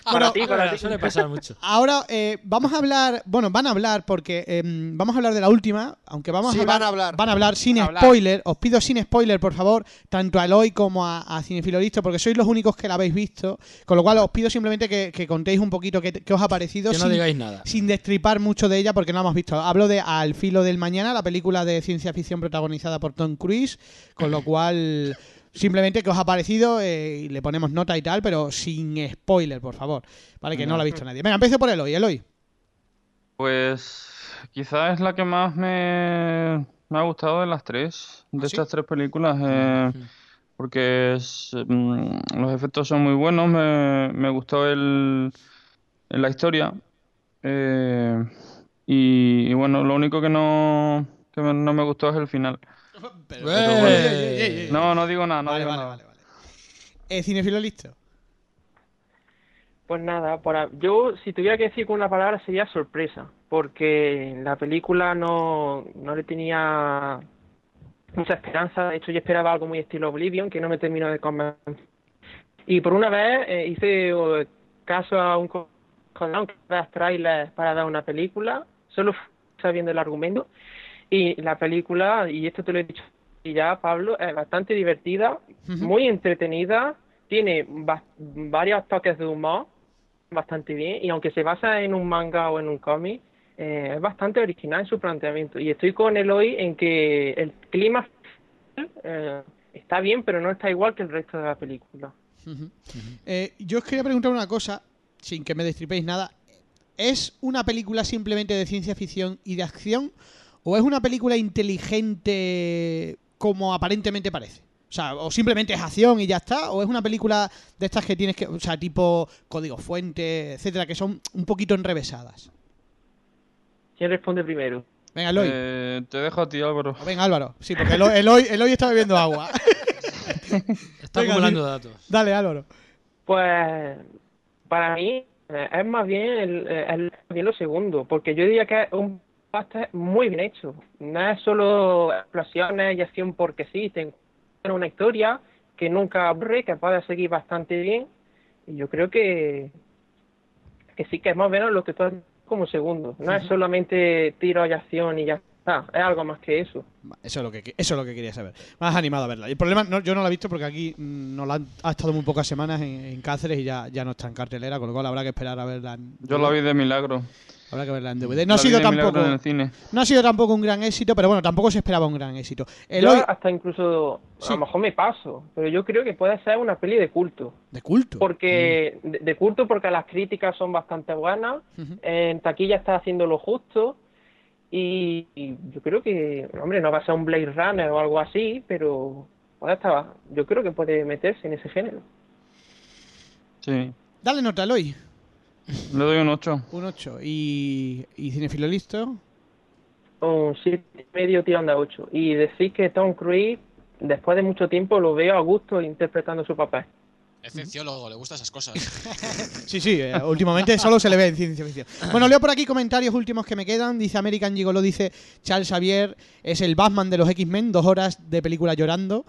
Para ti, para ti.
Eso suele pasar mucho.
Ahora eh, vamos a hablar, bueno, van a hablar porque em, vamos a hablar de la última, aunque vamos
Sí,
a hablar,
van a hablar.
van a hablar sin
Van a hablar.
spoiler. Os pido sin spoiler, por favor, tanto a Eloy como a, a Cinefilo Listo, porque sois los únicos que la habéis visto. Con lo cual os pido simplemente que, que contéis un poquito qué, qué os ha parecido.
Que no
sin-
digáis nada.
sin destripar mucho de ella porque no la hemos visto. Hablo de Al filo del mañana, la película de ciencia ficción protagonizada por Tom Cruise, con lo cual simplemente que os ha parecido eh, y le ponemos nota y tal, pero sin spoiler, por favor, vale que no la ha visto nadie. Venga, empiezo por Eloy, Eloy.
Pues quizás es la que más me, me ha gustado de las tres, de
¿Ah, sí?
estas tres películas, eh, porque es, mm, los efectos son muy buenos, me, me gustó el, la historia eh, y, y bueno, lo único que no, que me- no me gustó es el final.
Eh,
bueno.
eh, eh, eh.
No, no digo nada, no
Vale,
digo
vale,
nada.
vale, vale. Eh, cinefilo listo.
Pues nada, para yo si tuviera que decir con una palabra sería sorpresa, porque la película no, no le tenía mucha esperanza, de hecho yo esperaba algo muy estilo Oblivion, que no me terminó de convencer. Y por una vez eh, hice eh, caso a un co- colega que da trailers para dar una película, solo fui sabiendo el argumento, y la película, y esto te lo he dicho y ya, Pablo, es bastante divertida,
Ujú.
muy entretenida, tiene va- varios toques de humor, bastante bien, y aunque se basa en un manga o en un cómic, eh, es bastante original en su planteamiento. Y estoy con él hoy en que el clima eh, está bien, pero no está igual que el resto de la película.
Eh, yo os quería preguntar una cosa, sin que me destripéis nada. ¿Es una película simplemente de ciencia ficción y de acción? ¿O es una película inteligente como aparentemente parece? O sea, o simplemente es acción y ya está, o es una película de estas que tienes que, o sea, tipo código fuente, etcétera, que son un poquito enrevesadas.
¿Quién responde primero?
Venga, Eloy.
Eh, te dejo a ti, Álvaro.
O Venga, Álvaro. Sí, porque Eloy, Eloy- Eloy está bebiendo agua.
Está
Venga,
acumulando
sí.
datos.
Dale, Álvaro.
Pues para mí eh, es más bien, el, eh, es más bien lo segundo, porque yo diría que es un paste muy bien hecho. No es solo explosiones y acción porque sí, te encuentras una historia que nunca aburre, que puedes seguir bastante bien. Y yo creo que, que sí que es más o menos lo que tú has dicho como segundo. No es solamente tiro y acción y ya está, es algo más que eso.
Eso es lo que eso es lo que quería saber. Más animado a verla. Y El problema no, yo no la he visto porque aquí mm, no la han, ha estado muy pocas semanas en, en Cáceres y ya, ya no está en cartelera, con lo cual habrá que esperar a verla. En,
Yo la vi de milagro.
Habrá que verla en DVD. Eh, No ha
La vi
sido
de milagro
tampoco
en el cine.
no ha sido tampoco un gran éxito, pero bueno, tampoco se esperaba un gran éxito. Eloy
Yo hasta incluso,
Sí.
a lo mejor me paso, pero yo creo que puede ser una peli de culto.
de culto. Mm.
porque de, de culto porque las críticas son bastante buenas
Ujú.
en taquilla está haciendo lo justo y, y yo creo que hombre no va a ser un Blade Runner o algo así pero puede estar- yo creo que puede meterse en ese género
Sí.
Dale nota, Eloy.
Le doy un 8.
Un 8 y y cinefilo listo.
un siete y medio tirando a 8 y decir que Tom Cruise después de mucho tiempo lo veo a gusto interpretando su papel
Es cienciólogo, le gustan esas cosas.
Sí, sí, eh, últimamente solo se le ve en ciencia ficción. Bueno, leo por aquí comentarios últimos que me quedan. Dice American Gigolo, dice Charles Xavier es el Batman de los X-Men, dos horas de película llorando.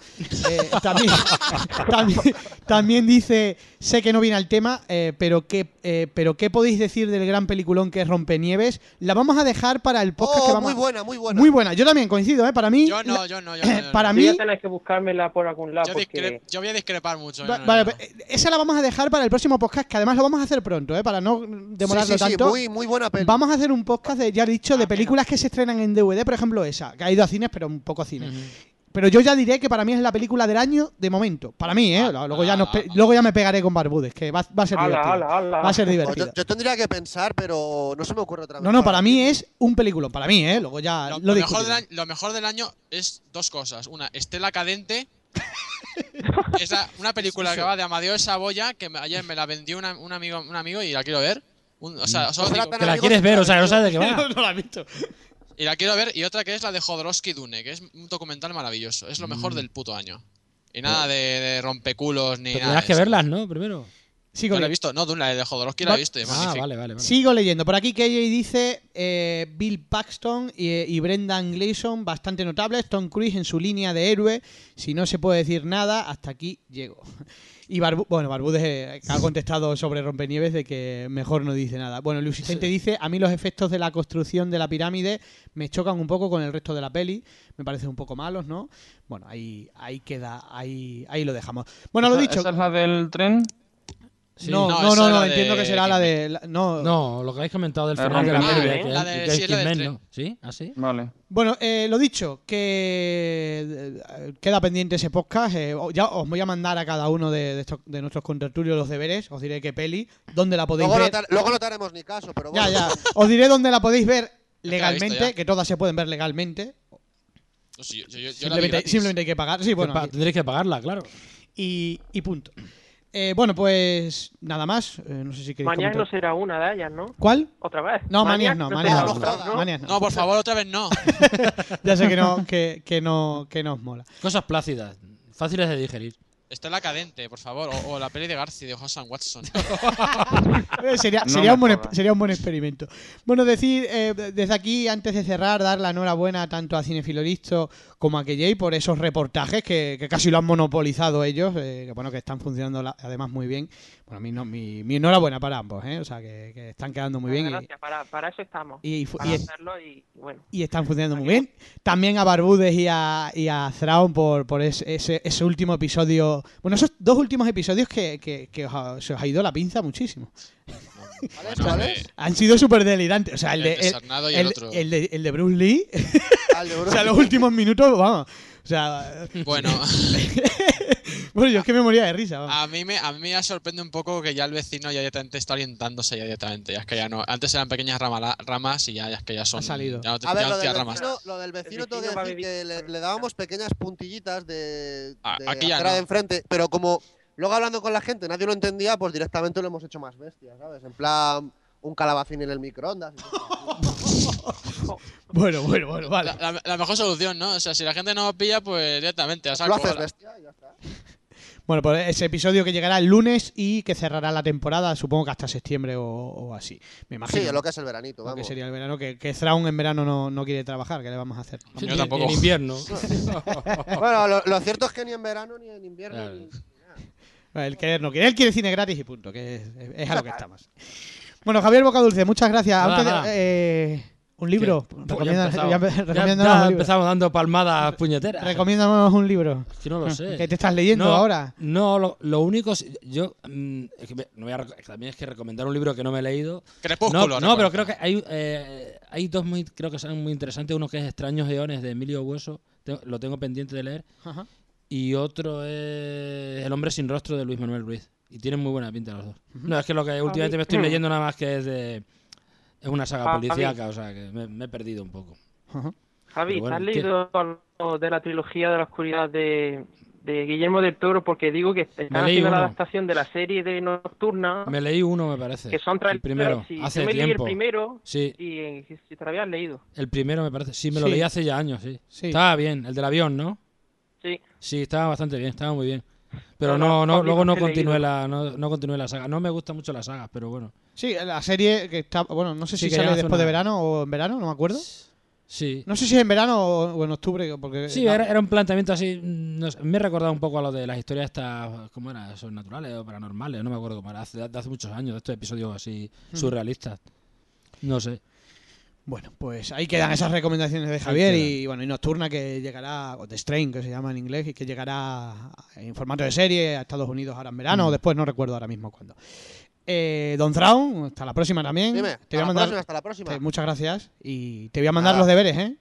Eh, también, también, también dice, sé que no viene al tema, eh, pero, ¿qué, eh, pero ¿qué podéis decir del gran peliculón que es Rompenieves? La vamos a dejar para el podcast que
Oh,
vamos
muy
a-
buena, muy buena.
Muy buena, yo también coincido, ¿eh? Para mí...
Yo no, yo no, yo no. yo no.
Para
Yo
mí...
voy a tener que buscármela por algún lado
Yo,
porque
discre- yo voy a discrepar mucho. yo
Va-
no, yo
vale,
no.
pues, eh, esa la vamos a dejar para el próximo podcast, que además lo vamos a hacer pronto, ¿eh? Para no demorarlo
sí, sí, sí,
tanto.
muy, muy buena peli.
Vamos a hacer un podcast de, ya he dicho, de películas que se estrenan en DVD, por ejemplo esa, que ha ido a cines, pero un poco a cines. Pero yo ya diré que para mí es la película del año de momento. Para mí, ¿eh? Luego ya, nos pe- luego ya me pegaré con Barbudes, que va, va a ser
Ala,
divertido.
ala, ala.
Va a ser
Pues
divertido.
yo, yo tendría que pensar, pero no se me ocurre otra vez.
No, no, para mí es un películo. Para mí, ¿eh? Luego ya
Lo,
lo,
lo mejor
discutiré.
del año, lo mejor del año es dos cosas. Una, Estela Cadente. es la- una película que va de Amadeo Saboya, que me- ayer me la vendió una- un, amigo, un amigo y la quiero ver. Un- o sea, solo digo-
Ojalá
Que la
amigos,
quieres ver, o sea, que no sabes de qué
No,
va.
no la he visto.
y la quiero ver. Y otra que es la de Jodorowsky Dune, que es un documental maravilloso. Es lo mejor del puto año. Y nada de, de rompeculos ni
Pero
nada.
tendrás
de
que
eso.
verlas, ¿no? Primero.
Sigo
Yo la he
leyendo.
visto. No, Dune, la de Jodorowsky
Va-
la he visto. y es
Ah,
magnífica.
vale, vale, vale.
Sigo leyendo. Por aquí KJ dice eh, Bill Paxton y, eh, y Brendan Gleeson bastante notables. Tom Cruise en su línea de héroe. Si no se puede decir nada, hasta aquí llego. Y Barbu bueno, Barbudes eh, ha contestado sobre Rompenieves de que mejor no dice nada. Bueno, Luis Vicente dice, a mí los efectos de la construcción de la pirámide me chocan un poco con el resto de la peli. Me parecen un poco malos, ¿no? Bueno, ahí, ahí queda, ahí, ahí lo dejamos. Bueno, lo
Esa-
dicho.
¿Esa es la del tren?
Sí.
No,
No,
no,
esa
no,
era
no,
de
entiendo que será la de... la- no,
No, lo que habéis comentado del
La
final de la peli,
rompenieves.
Ah,
que-
¿eh? la de-
que
sí,
es
la del
Kidman,
tren.
¿no? ¿Sí? ¿Así?
Vale.
Bueno, eh, lo dicho, que eh, queda pendiente ese podcast. eh, o- ya os voy a mandar a cada uno de, de estos- de nuestros contertulios los deberes. Os diré qué peli, dónde la podéis
Luego no,
ver.
te, luego no te haremos ni caso, pero
Ya,
bueno.
ya. Os diré dónde la podéis ver
la he visto
legalmente,
ya.
que todas se pueden ver legalmente.
No, sí, yo- yo- yo la vi
Simplemente,
gratis.
simplemente hay que pagar. Sí, bueno.
Que pa- tendréis que pagarla, claro.
Y, y punto. Eh, bueno, pues nada más. eh, no sé si queréis.
mañana no
comentar.
será una de ellas no
¿Cuál?
otra vez
No, manías no,
será
manías no.
será
otra,
¿no?
Manías no.
No, por favor, otra vez no.
Ya sé que no, que, que no, que no os mola.
Cosas plácidas, fáciles de digerir.
Estela Cadente, por favor. O, o la peli de Garci, de Hosan Watson.
Eh, sería,
No
sería
me
un buen,
jodas.
sería un buen experimento. Bueno, decir, eh, desde aquí, antes de cerrar, dar la enhorabuena tanto a Cinefiloristo como a KJ por esos reportajes que, que casi lo han monopolizado ellos, eh, que bueno, que están funcionando la- además muy bien. Bueno, mi, no- mi, mi enhorabuena para ambos, ¿eh? o sea, que, que están quedando muy bien
Gracias, para, para eso estamos
y, y, fu-
para
y es-
hacerlo y bueno
y están funcionando muy bien. También a Barbudes y a, y a Thrawn por, por es- ese, ese último episodio. Bueno, esos dos últimos episodios que, que- que os ha- se os ha ido la pinza muchísimo.
Bueno, eh,
Han sido súper delirantes. O sea, Ah, el de,
El de Sarnado y el otro.
de, el de Bruce Lee.
Al de
o
Bruce.
sea, los últimos minutos, vamos. O sea,
Bueno, Ah.
bueno, yo es que me moría de risa. vamos.
a mí, me, a mí me ya sorprende un poco que ya el vecino ya directamente está orientándose ya directamente. Ya es que ya no. Antes eran pequeñas ramala- ramas y ya, ya es que ya son.
Ha salido.
Ya no te
A ver,
ya
lo
no te
del,
ramas.
vecino, lo del vecino
El
tengo que
vecino va a
decir que
vivir-
le, le dábamos pequeñas puntillitas de,
Ah,
de
aquí ya
acera
no.
de enfrente, pero como luego hablando con la gente nadie lo entendía, pues directamente lo hemos hecho más bestia, ¿sabes? En plan, un calabacín en el microondas. y cosas así.
Bueno, bueno, bueno, vale.
La, la- la mejor solución, ¿no? O sea, si la gente no pilla, pues directamente. a
lo
saco.
haces bestia y ya está.
Bueno, pues ese episodio que llegará el lunes y que cerrará la temporada, supongo que hasta septiembre o, o así. Me imagino.
Sí, lo que es el veranito,
Lo que
vamos.
sería el verano, que, que Thrawn en verano no, no quiere trabajar, ¿qué le vamos a hacer?
Yo
Ni-
tampoco.
ni En invierno.
Bueno, lo, lo cierto es que ni en verano ni en invierno.
Claro.
ni-
El querer no quiere, él quiere cine gratis y punto, que es, es a lo que estamos. Bueno, Javier Bocadulce, muchas gracias.
Nada,
Antes de-
nada.
eh, un libro. Recomienda-
Pues ya
ya
empezamos.
empe-
Ya-
recomiéndanos
ya
un libro.
empezamos dando palmadas puñeteras.
Recomiéndanos un libro.
Es que no lo sé.
Que te estás leyendo ahora.
No, lo, lo único. es- Yo. mm, es que me- no voy a rec- también es que recomendar un libro que no me he leído. no,
Crepúsculo.
no, pero
recuerda.
creo que hay, eh, hay dos muy, creo que son muy interesantes. Uno que es Extraños Eones de Emilio Hueso. te- lo tengo pendiente de leer.
Ajá.
Y otro es El hombre sin rostro de Luis Manuel Ruiz. Y tienen muy buena pinta los dos. No, es que lo que últimamente me estoy leyendo nada más que es de. Es una saga
Ah, Javi.
policíaca, o sea que me, me he perdido un poco.
Javi,
Pero bueno,
¿has
¿qué?
leído algo de la trilogía de la oscuridad de, de Guillermo del Toro? Porque digo que
Me
están
leí
haciendo la
uno.
adaptación de la serie de Nocturna,
Me leí uno, me parece.
que son
el primero,
si
hace
yo me leí el
tiempo.
primero
Sí,
y eh, si te lo habías leído.
el primero me parece. Sí, me lo
Sí.
leí hace ya años, sí.
Sí.
Estaba bien, el del avión, ¿no?
Sí,
Sí, estaba bastante bien, estaba muy bien. Pero no,
No, no,
no,
Juanmi,
luego
no
no
te he
continué
leído.
la, no, no continué la saga. No me gusta mucho las sagas, pero bueno.
Sí, la serie que está. Bueno, no sé
Sí,
si
que
sale
ya hace
después de
una-
verano o en verano, no me acuerdo.
Sí.
No sé si es en verano o o en octubre, porque.
Sí, era, era un planteamiento así. mm, no sé, me he recordado un poco a lo de las historias estas, ¿cómo era? Son naturales o paranormales, no me acuerdo cómo era. Hace, de hace muchos años, de estos episodios así
Mm.
surrealistas. No sé.
Bueno, pues ahí quedan esas recomendaciones de Javier
quedan.
y bueno, y Nocturna que llegará, o The Strain que se llama en inglés, y que llegará en formato de serie a Estados Unidos ahora en verano o después, no recuerdo ahora mismo cuándo. Eh, Don Traun, hasta la próxima también.
Dime, hasta
te voy a
la
mandar,
próxima, hasta la próxima.
te- muchas gracias y te voy a mandar
Nada.
los deberes, ¿eh?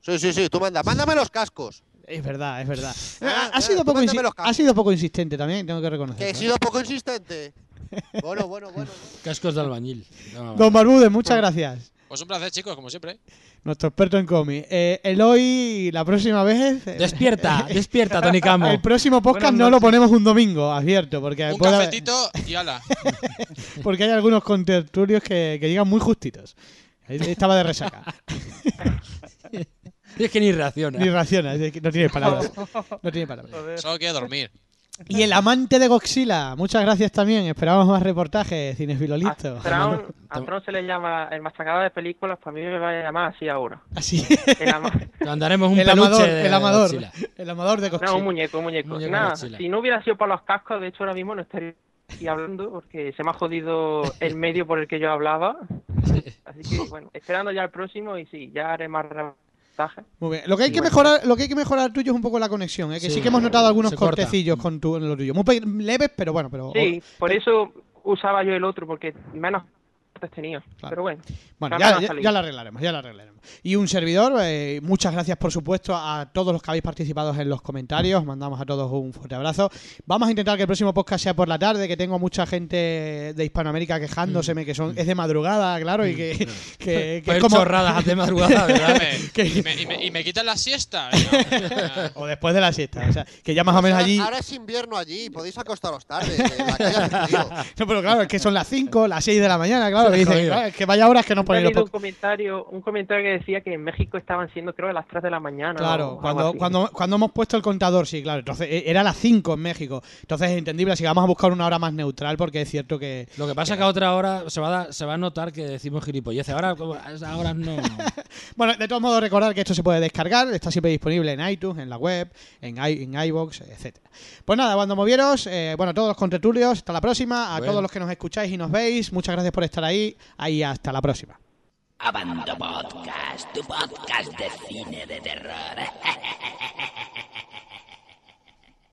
Sí, sí, sí, tú manda. Mándame los cascos.
Es verdad, es verdad.
Ah,
ha,
ah,
sido
tú
poco
mándame
insi-
los casos.
ha sido poco insistente también, tengo que reconocer.
Que he sido poco insistente. Bueno, bueno, bueno.
Cascos de albañil. No,
Don Barbude, muchas gracias.
Pues un placer, chicos, como siempre.
Nuestro experto en cómic. Eh, Eloy, la próxima vez. eh,
Despierta, despierta, Tony Camo.
El próximo podcast
Buenas
no lo ponemos un domingo, advierto, porque,
un
puede-
cafetito y ala.
porque hay algunos contertulios que, que llegan muy justitos. Ahí Estaba de resaca.
Es que ni reacciona.
Ni raciona, es que no tiene palabras. No tiene palabras.
Solo quiero dormir.
Y el amante de Goxila, muchas gracias también. Esperamos más reportajes, Cinefilo
a
listo.
Thrawn, a
Toma.
Thrawn se le llama el machacado de películas, para mí me va a llamar así ahora.
Así.
El ama-
Te mandaremos un
el
peluche
amador,
de
el amador.
Godzilla.
El amador de
No,
Goxila.
un muñeco, un muñeco.
Muñeco
Nada,
Godzilla.
si no hubiera sido por los cascos, de hecho ahora mismo no estaría aquí hablando porque se me ha jodido el medio por el que yo hablaba. Así que bueno, esperando ya el próximo y sí, ya haré más reportajes.
Muy bien. Lo que hay que mejorar, lo que hay que mejorar tuyo es un poco la conexión, ¿eh? que sí,
Sí.
que hemos notado algunos
Se corta.
cortecillos con tu, en lo tuyo. Muy pe- leves, pero bueno, pero
Sí, por eso usaba yo el otro porque menos cortes tenía.
Claro.
Pero bueno,
Bueno,
También
ya,
ha
ya,
salido.
ya lo arreglaremos, ya lo arreglaremos. Y un servidor, eh, muchas gracias por supuesto a todos los que habéis participado en los comentarios, mandamos a todos un fuerte abrazo. Vamos a intentar que el próximo podcast sea por la tarde, que tengo mucha gente de Hispanoamérica
Mm.
quejándoseme, que son es de madrugada, claro, y que, que, que
Para
es
Pues
ir
como...
Pues chorradas de madrugada, ¿verdad?
que-
y, me, y, me, y me quitan la siesta. Venga,
o después de la siesta, o sea, que ya más o menos
Pues Ahora-
allí...
Ahora es invierno allí, podéis acostaros tarde. en la calle hace frío.
No, pero claro, es que son las 5, las 6 de la mañana, claro, que dicen,
Jodido.
claro, es que vaya horas que no
he
ponen los
leído un
podcasts.
comentario, un comentario que decía que en México estaban siendo creo a las 3 de la mañana. o
Claro,
algo
cuando,
así.
cuando, cuando hemos puesto el contador, sí, claro. Entonces, eh, era las 5 en México. Entonces es entendible, así que vamos a buscar una hora más neutral porque es cierto que...
Lo que pasa es que a otra hora se va a, dar- se va a notar que decimos gilipolleces. Ahora, como- a esas horas no.
Bueno, de todos modos, recordar que esto se puede descargar, está siempre disponible en iTunes, en la web, en, i- en iVoox, etcétera. Pues nada, cuando movieros, eh, bueno, a todos los contertulios, hasta la próxima. A
Bueno.
todos los que nos escucháis y nos veis, muchas gracias por estar ahí. Ahí, hasta la próxima.
Abando Podcast, tu podcast de cine de terror.